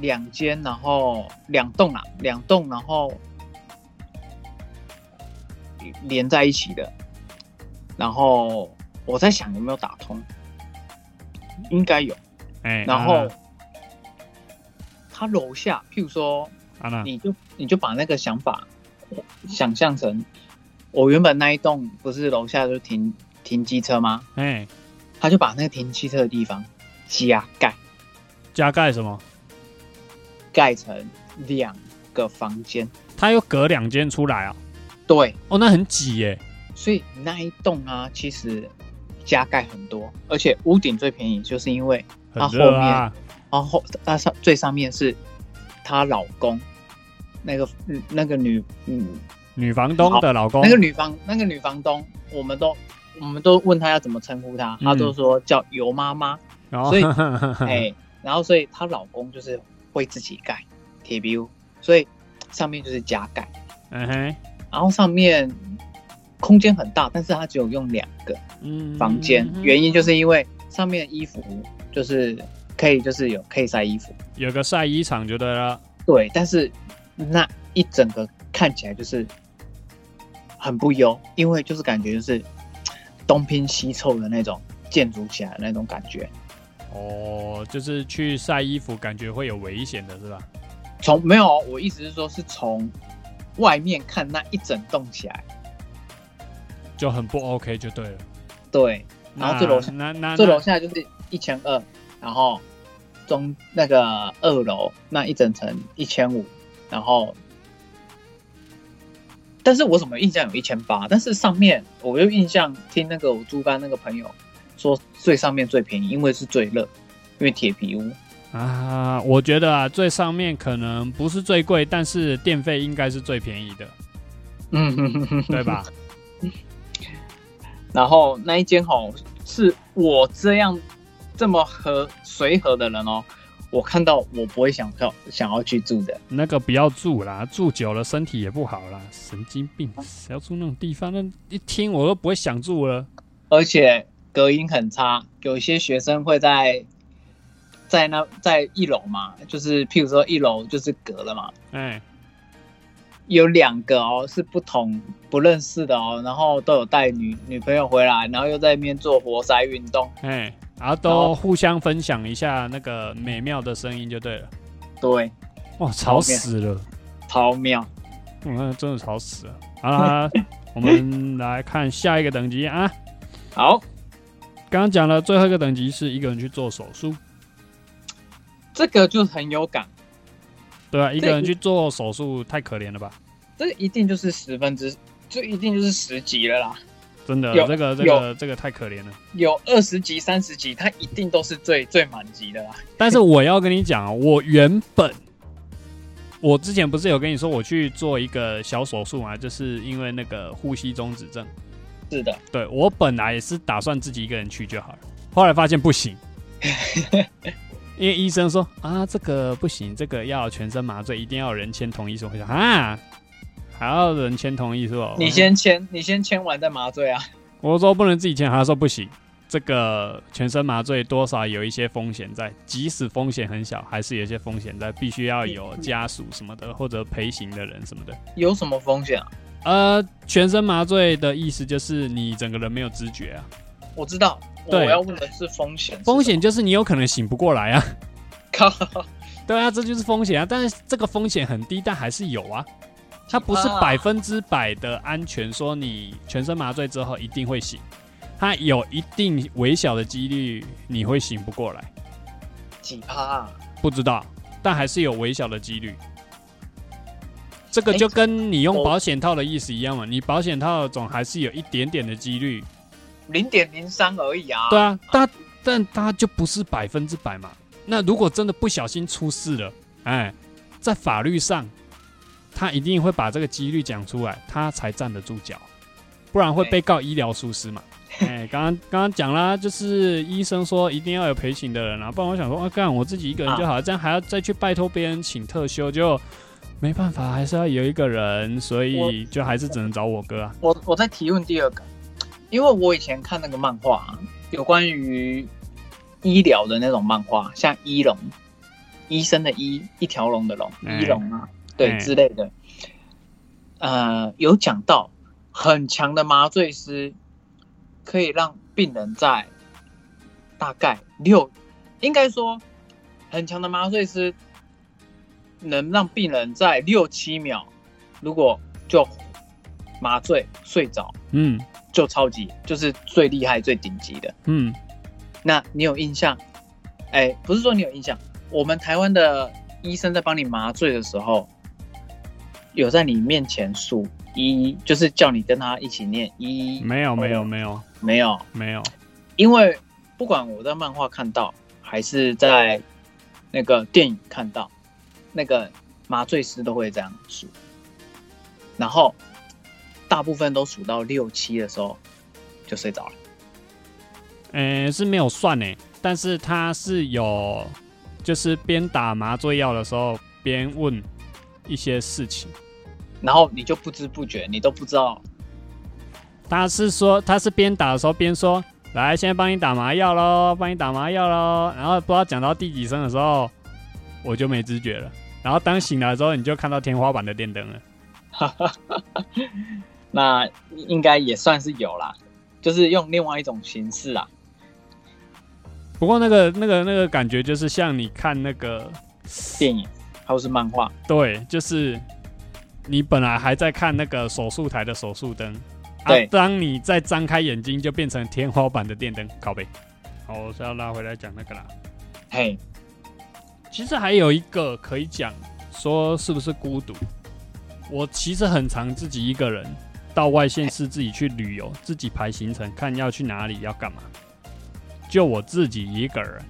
Speaker 2: 两间，然后两栋啊，两栋，然后连在一起的。然后我在想有没有打通，应该有。
Speaker 1: 哎，
Speaker 2: 然后它楼下，譬如说
Speaker 1: 安娜，
Speaker 2: 你就你就把那个想法想象成，我原本那一栋不是楼下就停停机车吗？
Speaker 1: 哎，
Speaker 2: 他就把那个停机车的地方加盖
Speaker 1: 加盖什么？
Speaker 2: 盖成两个房间，
Speaker 1: 它又隔两间出来啊。
Speaker 2: 对，
Speaker 1: 哦，那很挤耶。
Speaker 2: 所以那一栋啊，其实加盖很多，而且屋顶最便宜，就是因为它
Speaker 1: 很热
Speaker 2: 后面
Speaker 1: 啊，
Speaker 2: 然后他上最上面是她老公，那个嗯那个女嗯
Speaker 1: 女房东的老公
Speaker 2: 那，个女房那个女房东，我们都我们都问她要怎么称呼她，她都
Speaker 1: 嗯
Speaker 2: 说叫尤 妈妈，
Speaker 1: 然后
Speaker 2: 所以哎、
Speaker 1: 哎，
Speaker 2: 然后所以她老公就是会自己盖铁皮屋，所以上面就是加盖，
Speaker 1: 嗯哼，
Speaker 2: 然后上面空间很大，但是她只有用两个
Speaker 1: 嗯，
Speaker 2: 房间，原因就是因为上面的衣服就是可以就是有可以晒衣服，
Speaker 1: 有个晒衣场就对了，
Speaker 2: 对，但是那一整个看起来就是很不优，因为就是感觉就是东拼西凑的那种建筑起来的那种感觉，
Speaker 1: 哦，就是去晒衣服，感觉会有危险的是吧？
Speaker 2: 从没有，哦我意思是说是从外面看那一整栋起来，
Speaker 1: 就很不 OK 就对了。
Speaker 2: 对，然后最楼下
Speaker 1: 那那
Speaker 2: 最
Speaker 1: 那
Speaker 2: 楼下就是一千二，然后中那个二楼那一整层一千五，然后，但是我怎么印象有一千八？但是上面我又印象听那个我住班那个朋友说最上面最便宜，因为是最热，因为铁皮屋。
Speaker 1: 啊，我觉得啊，最上面可能不是最贵，但是电费应该是最便宜的，
Speaker 2: 嗯哼哼哼，
Speaker 1: 对吧？
Speaker 2: 然后那一间吼，是我这样这么和随和的人哦，我看到我不会想要想要去住的。
Speaker 1: 那个不要住啦，住久了身体也不好啦，神经病！谁要住那种地方？那一听我都不会想住了。
Speaker 2: 而且隔音很差，有些学生会在在那在一楼嘛，就是譬如说一楼就是隔了嘛，
Speaker 1: 哎、
Speaker 2: 有两个哦是不同不认识的哦，然后都有带女女朋友回来，然后又在那边做活塞运动，
Speaker 1: 哎、然后都互相分享一下那个美妙的声音就对了。
Speaker 2: 对，
Speaker 1: 哇，吵死了！
Speaker 2: 超妙。
Speaker 1: 我看真的吵死了。好啦，我们来看下一个等级啊。
Speaker 2: 好，
Speaker 1: 刚刚讲了最后一个等级是一个人去做手术，
Speaker 2: 这个就很有感，
Speaker 1: 对啊，一个人去做手术太可怜了吧？
Speaker 2: 这一定就是十分之，这一定就是十级了啦。
Speaker 1: 真的，
Speaker 2: 有
Speaker 1: 这个这个这个太可怜了。
Speaker 2: 有二十级、三十级，它一定都是最最满级的啦。
Speaker 1: 但是我要跟你讲啊，我原本我之前不是有跟你说我去做一个小手术嘛，就是因为那个呼吸中止症。
Speaker 2: 是的，
Speaker 1: 对我本来也是打算自己一个人去就好了，后来发现不 行，因为医生说啊这个不行，这个要全身麻醉，一定要有人签同意书。我想啊，还要人签同意书哦？
Speaker 2: 你先签，你先签完再麻醉啊。
Speaker 1: 我说不能自己签，他说不行，这个全身麻醉多少有一些风险在，即使风险很小，还是有一些风险在，必须要有家属什么的或者陪行的人什么的。
Speaker 2: 有什么风险啊？
Speaker 1: 呃，全身麻醉的意思就是你整个人没有知觉啊，
Speaker 2: 我知道，我
Speaker 1: 对
Speaker 2: 要问的是风险是什么。
Speaker 1: 风险就是你有可能醒不过来啊。
Speaker 2: 靠，
Speaker 1: 对啊，这就是风险啊，但是这个风险很低，但还是有啊。它不是
Speaker 2: 啊
Speaker 1: 百分之百的安全，说你全身麻醉之后一定会醒，它有一定微小的几率你会醒不过来。
Speaker 2: 几趴、啊？
Speaker 1: 不知道，但还是有微小的几率。这个
Speaker 2: 哎
Speaker 1: 就跟你用
Speaker 2: 我
Speaker 1: 保险套的意思一样嘛，你保险套总还是有一点点的几率，
Speaker 2: 零点零三而已啊。
Speaker 1: 对啊，但但它就不是百分之百嘛。那如果真的不小心出事了，哎，在法律上，他一定会把这个几率讲出来，他才站得住脚，不然会被告医疗疏失嘛。哎，刚刚刚刚讲啦，就是医生说一定要有陪醒的人啊，不然我想说，啊，干我自己一个人就好了，这样还要再去拜托别人请特休，就没办法，还是要有一个人，所
Speaker 2: 我
Speaker 1: 以就还是只能找我哥啊。
Speaker 2: 我我在提问第二个，因为我以前看那个漫画、啊，有关于医疗的那种漫画，像医龙，医生的医，一条龙的龙，
Speaker 1: 哎
Speaker 2: 医龙啊，对、
Speaker 1: 哎
Speaker 2: 之类的，呃，有讲到很强的麻醉师可以让病人在大概六，应该说很强的麻醉师能让病人在六七秒，如果就麻醉睡着，
Speaker 1: 嗯
Speaker 2: 就超级就是最厉害最顶级的。
Speaker 1: 嗯，
Speaker 2: 那你有印象？哎，不是说你有印象，我们台湾的医生在帮你麻醉的时候，有在你面前数一，就是叫你跟他一起念一，
Speaker 1: 没有没有没有
Speaker 2: 没有，
Speaker 1: 没有，
Speaker 2: 因为不管我在漫画看到还是在那个电影看到，那个麻醉师都会这样数，然后大部分都数到六七的时候就睡着了。
Speaker 1: 诶、呃是没有算呢、欸但是他是有，就是边打麻醉药的时候边问一些事情。
Speaker 2: 然后你就不知不觉，你都不知道，
Speaker 1: 他是说他是边打的时候边说，来，现在帮你打麻药喽，帮你打麻药喽。然后不知道讲到第几声的时候，我就没知觉了。然后当醒来之后，你就看到天花板的电灯了。
Speaker 2: 那应该也算是有啦，就是用另外一种形式啦。
Speaker 1: 不过那个那个那个感觉就是像你看那个，
Speaker 2: 电影或是漫画，
Speaker 1: 对，就是你本来还在看那个手术台的手术灯，啊
Speaker 2: 对，
Speaker 1: 当你再张开眼睛就变成天花板的电灯，靠背。好，我是要拉回来讲那个啦。
Speaker 2: 嘿，
Speaker 1: 其实还有一个可以讲，说是不是孤独？我其实很常自己一个人到外县市自己去旅游，自己排行程，看要去哪里，要干嘛。就我自己一个人，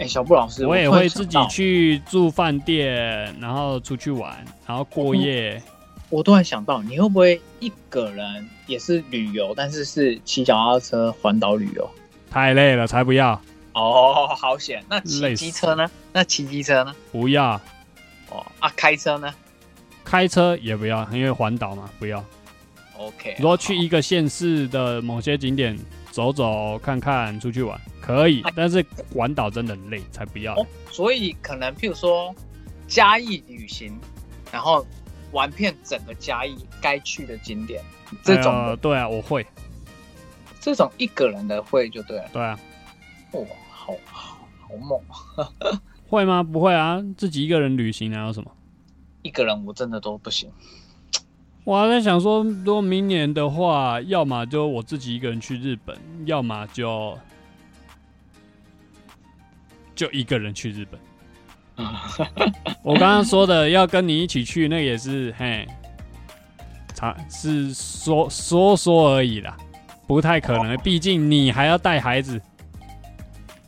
Speaker 2: 哎、小布老师，
Speaker 1: 我也
Speaker 2: 突然
Speaker 1: 会
Speaker 2: 想
Speaker 1: 自己
Speaker 2: 到，
Speaker 1: 去住饭店，然后出去玩，然后过夜。
Speaker 2: 我突然想到，你会不会一个人也是旅游，但是是骑脚踏车环岛旅游？
Speaker 1: 太累了，才不要，
Speaker 2: 哦，好险！那骑
Speaker 1: 累
Speaker 2: 机
Speaker 1: 死
Speaker 2: 车呢？那骑机车呢？
Speaker 1: 不要，
Speaker 2: 哦啊，开车呢
Speaker 1: 开车也不要，因为环岛嘛，不要。
Speaker 2: ？OK，
Speaker 1: 如果去
Speaker 2: 好
Speaker 1: 一个县市的某些景点走走看看，出去玩可以
Speaker 2: 哎，
Speaker 1: 但是环岛真的很累，才不要。
Speaker 2: 哦，所以可能譬如说嘉义旅行，然后玩遍整个嘉义该去的景点，这种的、
Speaker 1: 哎呦对啊，我会，
Speaker 2: 这种一个人的会就对了。
Speaker 1: 对啊，
Speaker 2: 哇，好好好猛啊！
Speaker 1: 会吗？不会啊，自己一个人旅行啊，有什么？
Speaker 2: 一个人我真的都不行。
Speaker 1: 我还在想说，如果明年的话，要么就我自己一个人去日本，要么就就一个人去日本。我刚刚说的要跟你一起去，那个也是嘿，差是说说说而已啦，不太可能，毕竟你还要带孩子，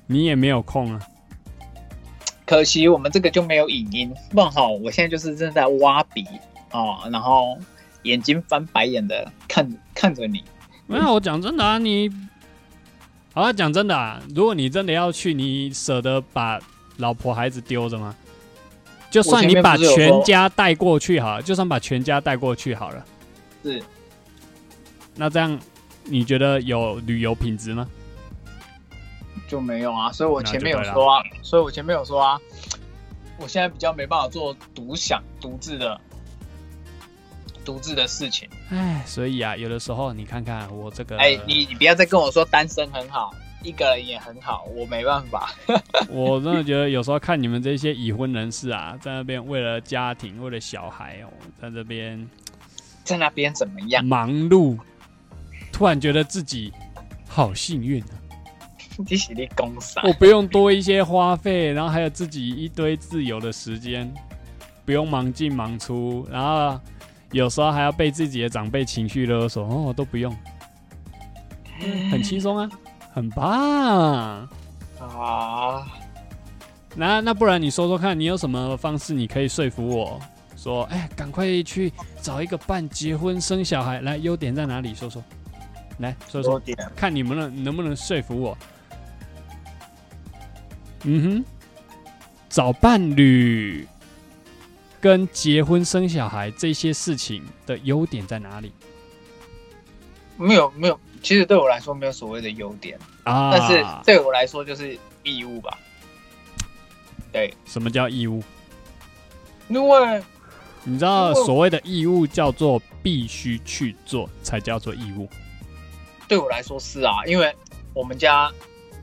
Speaker 1: 你也没有空啊。
Speaker 2: 可惜我们这个就没有影音，不然好，我现在就是正在挖鼻哦，然后眼睛翻白眼的看看着你。
Speaker 1: 没有，我讲真的啊，你好啊，讲真的啊，如果你真的要去，你舍得把老婆孩子丢着吗？就算你把
Speaker 2: 我前面不是有说
Speaker 1: 全家带过去好了，就算把全家带过去好了，
Speaker 2: 是，
Speaker 1: 那这样你觉得有旅游品质吗？
Speaker 2: 就没有啊，所以我
Speaker 1: 那
Speaker 2: 前
Speaker 1: 就
Speaker 2: 面有
Speaker 1: 对啦
Speaker 2: 说啊，所以我前面有说啊，我现在比较没办法做独享、独自的、独自的事情。
Speaker 1: 唉，所以啊，有的时候你看看我这个，
Speaker 2: 哎、你你不要再跟我说单身很好，一个人也很好，我没办法。
Speaker 1: 我真的觉得有时候看你们这些已婚人士啊，在那边为了家庭、为了小孩哦，在这边
Speaker 2: 在那边怎么样？
Speaker 1: 忙碌，突然觉得自己好幸运啊！
Speaker 2: 你喜力公司啊
Speaker 1: 我不用多一些花费，然后还有自己一堆自由的时间，不用忙进忙出，然后有时候还要被自己的长辈情绪勒索，哦，都不用，很轻松啊，很棒。
Speaker 2: 啊，
Speaker 1: 那那不然你说说看，你有什么方式你可以说服我说，哎、赶快去找一个伴结婚生小孩，来，优点在哪里？说说，来说说
Speaker 2: 多，点
Speaker 1: 看你们能能不能说服我。嗯哼，找伴侣跟结婚生小孩这些事情的优点在哪里
Speaker 2: 没有没有，其实对我来说没有所谓的优点，
Speaker 1: 啊？
Speaker 2: 但是对我来说就是义务吧。对，
Speaker 1: 什么叫义务？
Speaker 2: 因为
Speaker 1: 你知道
Speaker 2: 因为我
Speaker 1: 所谓的义务叫做必须去做才叫做义务。
Speaker 2: 对我来说是啊，因为我们家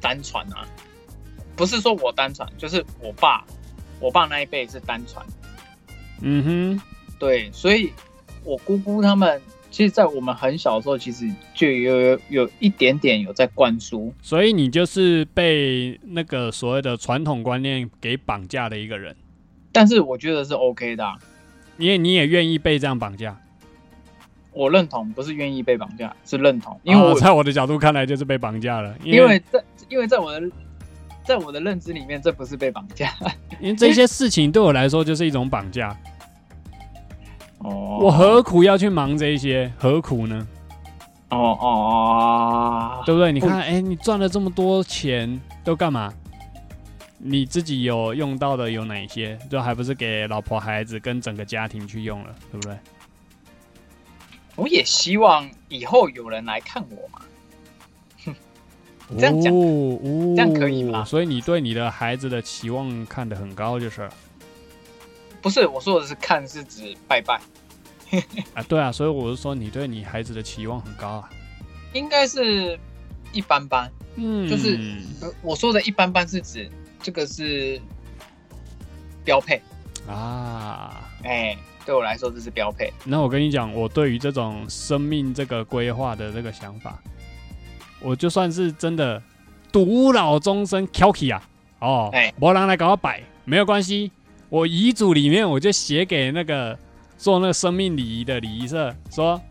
Speaker 2: 单传啊，不是说我单传，就是我爸，我爸那一辈是单传，
Speaker 1: 嗯
Speaker 2: 对，所以我姑姑他们，其实，在我们很小的时候，其实就有有有一点点有在灌输
Speaker 1: 哼，，所以你就是被那个所谓的传统观念给绑架的一个人，
Speaker 2: 但是我觉得是 OK 的啊、
Speaker 1: 因为你也愿意被这样绑架。
Speaker 2: 我认同，不是愿意被绑架，是认同，因为
Speaker 1: 啊
Speaker 2: 我
Speaker 1: 在我的角度看来就是被绑架了，因
Speaker 2: 因为在因为在我的在我的认知里面，这不是被绑架。
Speaker 1: 因为这些事情对我来说就是一种绑架，
Speaker 2: 哦
Speaker 1: 我何苦要去忙这一些？何苦呢？
Speaker 2: 哦哦哦，
Speaker 1: 对不对？你看，哎、你赚了这么多钱都干嘛？你自己有用到的有哪一些？就还不是给老婆、孩子跟整个家庭去用了，对不对？
Speaker 2: 我也希望以后有人来看我嘛。这样讲
Speaker 1: 哦哦
Speaker 2: 这样可以吗
Speaker 1: 所以你对你的孩子的期望看得很高，就是了
Speaker 2: 不是，我说的是看是指拜拜，
Speaker 1: 啊，对啊，所以我是说你对你孩子的期望很高啊。
Speaker 2: 应该是一般般。
Speaker 1: 嗯，
Speaker 2: 就是呃我说的一般般是指这个是标配，
Speaker 1: 啊。
Speaker 2: 哎、对我来说这是标配。
Speaker 1: 那我跟你讲，我对于这种生命这个规划的这个想法，我就算是真的独老终身 k i k 啊，哦
Speaker 2: 哎，
Speaker 1: 没人来搞我摆，没有关系，我遗嘱里面我就写给那个做那个生命礼仪的礼仪社说。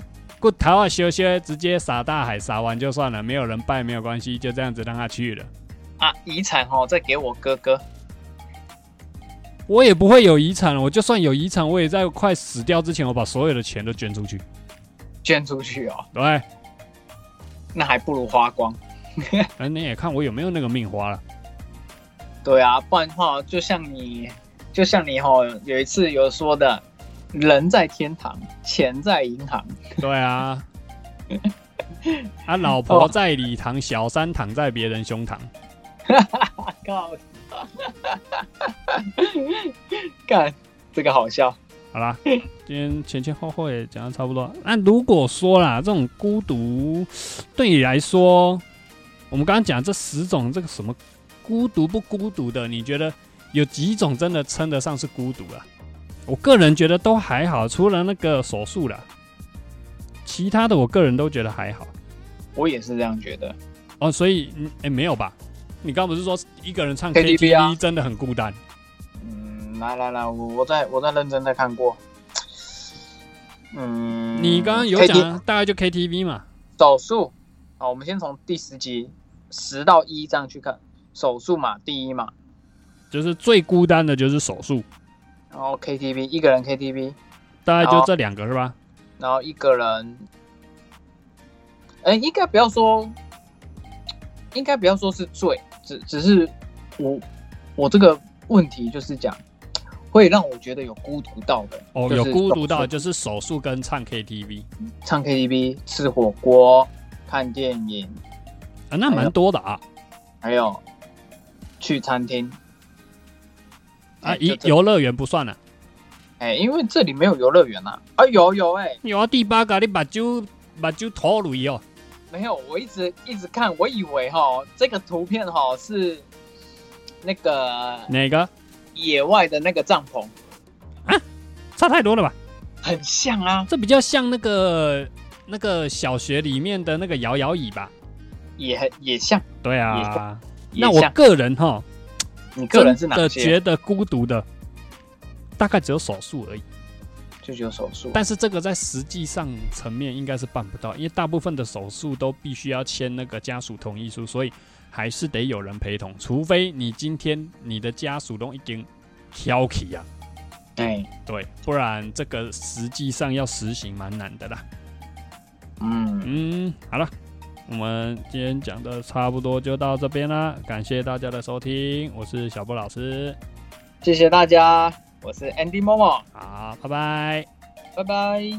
Speaker 1: 骨头啊，修修，直接撒大海，撒完就算了，没有人拜没有关系，就这样子让他去了。
Speaker 2: 啊，遗产哦，再给我哥哥。
Speaker 1: 我也不会有遗产了，我就算有遗产，我也在快死掉之前，我把所有的钱都捐出去。
Speaker 2: 捐出去哦，
Speaker 1: 对，
Speaker 2: 那还不如花光。
Speaker 1: 那你也看我有没有那个命花了。
Speaker 2: 对啊，不然的话，就像你，就像你吼、有一次有说的，人在天堂，钱在银行。
Speaker 1: 对啊，啊，老婆在礼堂，小三躺在别人胸膛。
Speaker 2: 靠，干，这个好笑。
Speaker 1: 好啦，今天前前后后也讲的差不多。那如果说啦，这种孤独对你来说，我们刚刚讲这十种，这个什么孤独不孤独的，你觉得有几种真的称得上是孤独啊？我个人觉得都还好，除了那个手术啦，其他的我个人都觉得还好。
Speaker 2: 我也是这样觉得。
Speaker 1: 哦，所以嗯，哎、没有吧？你刚刚不是说一个人唱
Speaker 2: KTV
Speaker 1: KTV
Speaker 2: 啊
Speaker 1: 真的很孤单？
Speaker 2: 嗯，来来来，我我再我再认真再看过。嗯，
Speaker 1: 你刚刚有
Speaker 2: KT
Speaker 1: 讲啊，大概就 KTV 嘛。
Speaker 2: 手术，好，我们先从第十集十到一这样去看。手术嘛，第一嘛，
Speaker 1: 就是最孤单的就是手术，
Speaker 2: 然后 KTV 一个人 KTV，
Speaker 1: 大概就
Speaker 2: 好
Speaker 1: 这两个是吧？
Speaker 2: 然后一个人，哎、应该不要说，应该不要说是醉，只只是我我这个问题就是讲，会让我觉得有孤独到的
Speaker 1: 哦，
Speaker 2: 就
Speaker 1: 有
Speaker 2: 是
Speaker 1: 孤独
Speaker 2: 手
Speaker 1: 到
Speaker 2: 术
Speaker 1: 就是手术跟唱 KTV
Speaker 2: 唱 KTV、吃火锅、看电影，
Speaker 1: 啊，
Speaker 2: 哎
Speaker 1: 那蛮多的啊
Speaker 2: 还有去餐厅
Speaker 1: 啊，
Speaker 2: 一
Speaker 1: 游游乐园不算了。
Speaker 2: 哎、因为这里没有游乐园呐啊，有有哎、
Speaker 1: 有啊，第八个你把酒把酒脱雷哦，
Speaker 2: 没有，我一直一直看，我以为哈这个图片哈是那个
Speaker 1: 哪个？
Speaker 2: 野外的那个帐篷。
Speaker 1: 差太多了吧？
Speaker 2: 很像啊，
Speaker 1: 这比较像那个那个小学里面的那个摇摇椅吧？
Speaker 2: 也很也像，
Speaker 1: 对
Speaker 2: 也
Speaker 1: 啊，
Speaker 2: 也
Speaker 1: 那我
Speaker 2: 像
Speaker 1: 个人哈，
Speaker 2: 你个人是
Speaker 1: 真
Speaker 2: 哪
Speaker 1: 的
Speaker 2: 些？
Speaker 1: 觉得孤独的，大概只有手术而已。
Speaker 2: 就只有手术，
Speaker 1: 但是这个在实际上层面应该是办不到，因为大部分的手术都必须要签那个家属同意书，所以还是得有人陪同，除非你今天你的家属都已经挑剔啊，
Speaker 2: 哎，
Speaker 1: 对，不然这个实际上要实行蛮难的啦。
Speaker 2: 嗯，
Speaker 1: 嗯，好了，我们今天讲的差不多就到这边啦，感谢大家的收听，我是小波老师，
Speaker 2: 谢谢大家，我是 Andy Momo，
Speaker 1: 好，拜拜。
Speaker 2: 拜拜。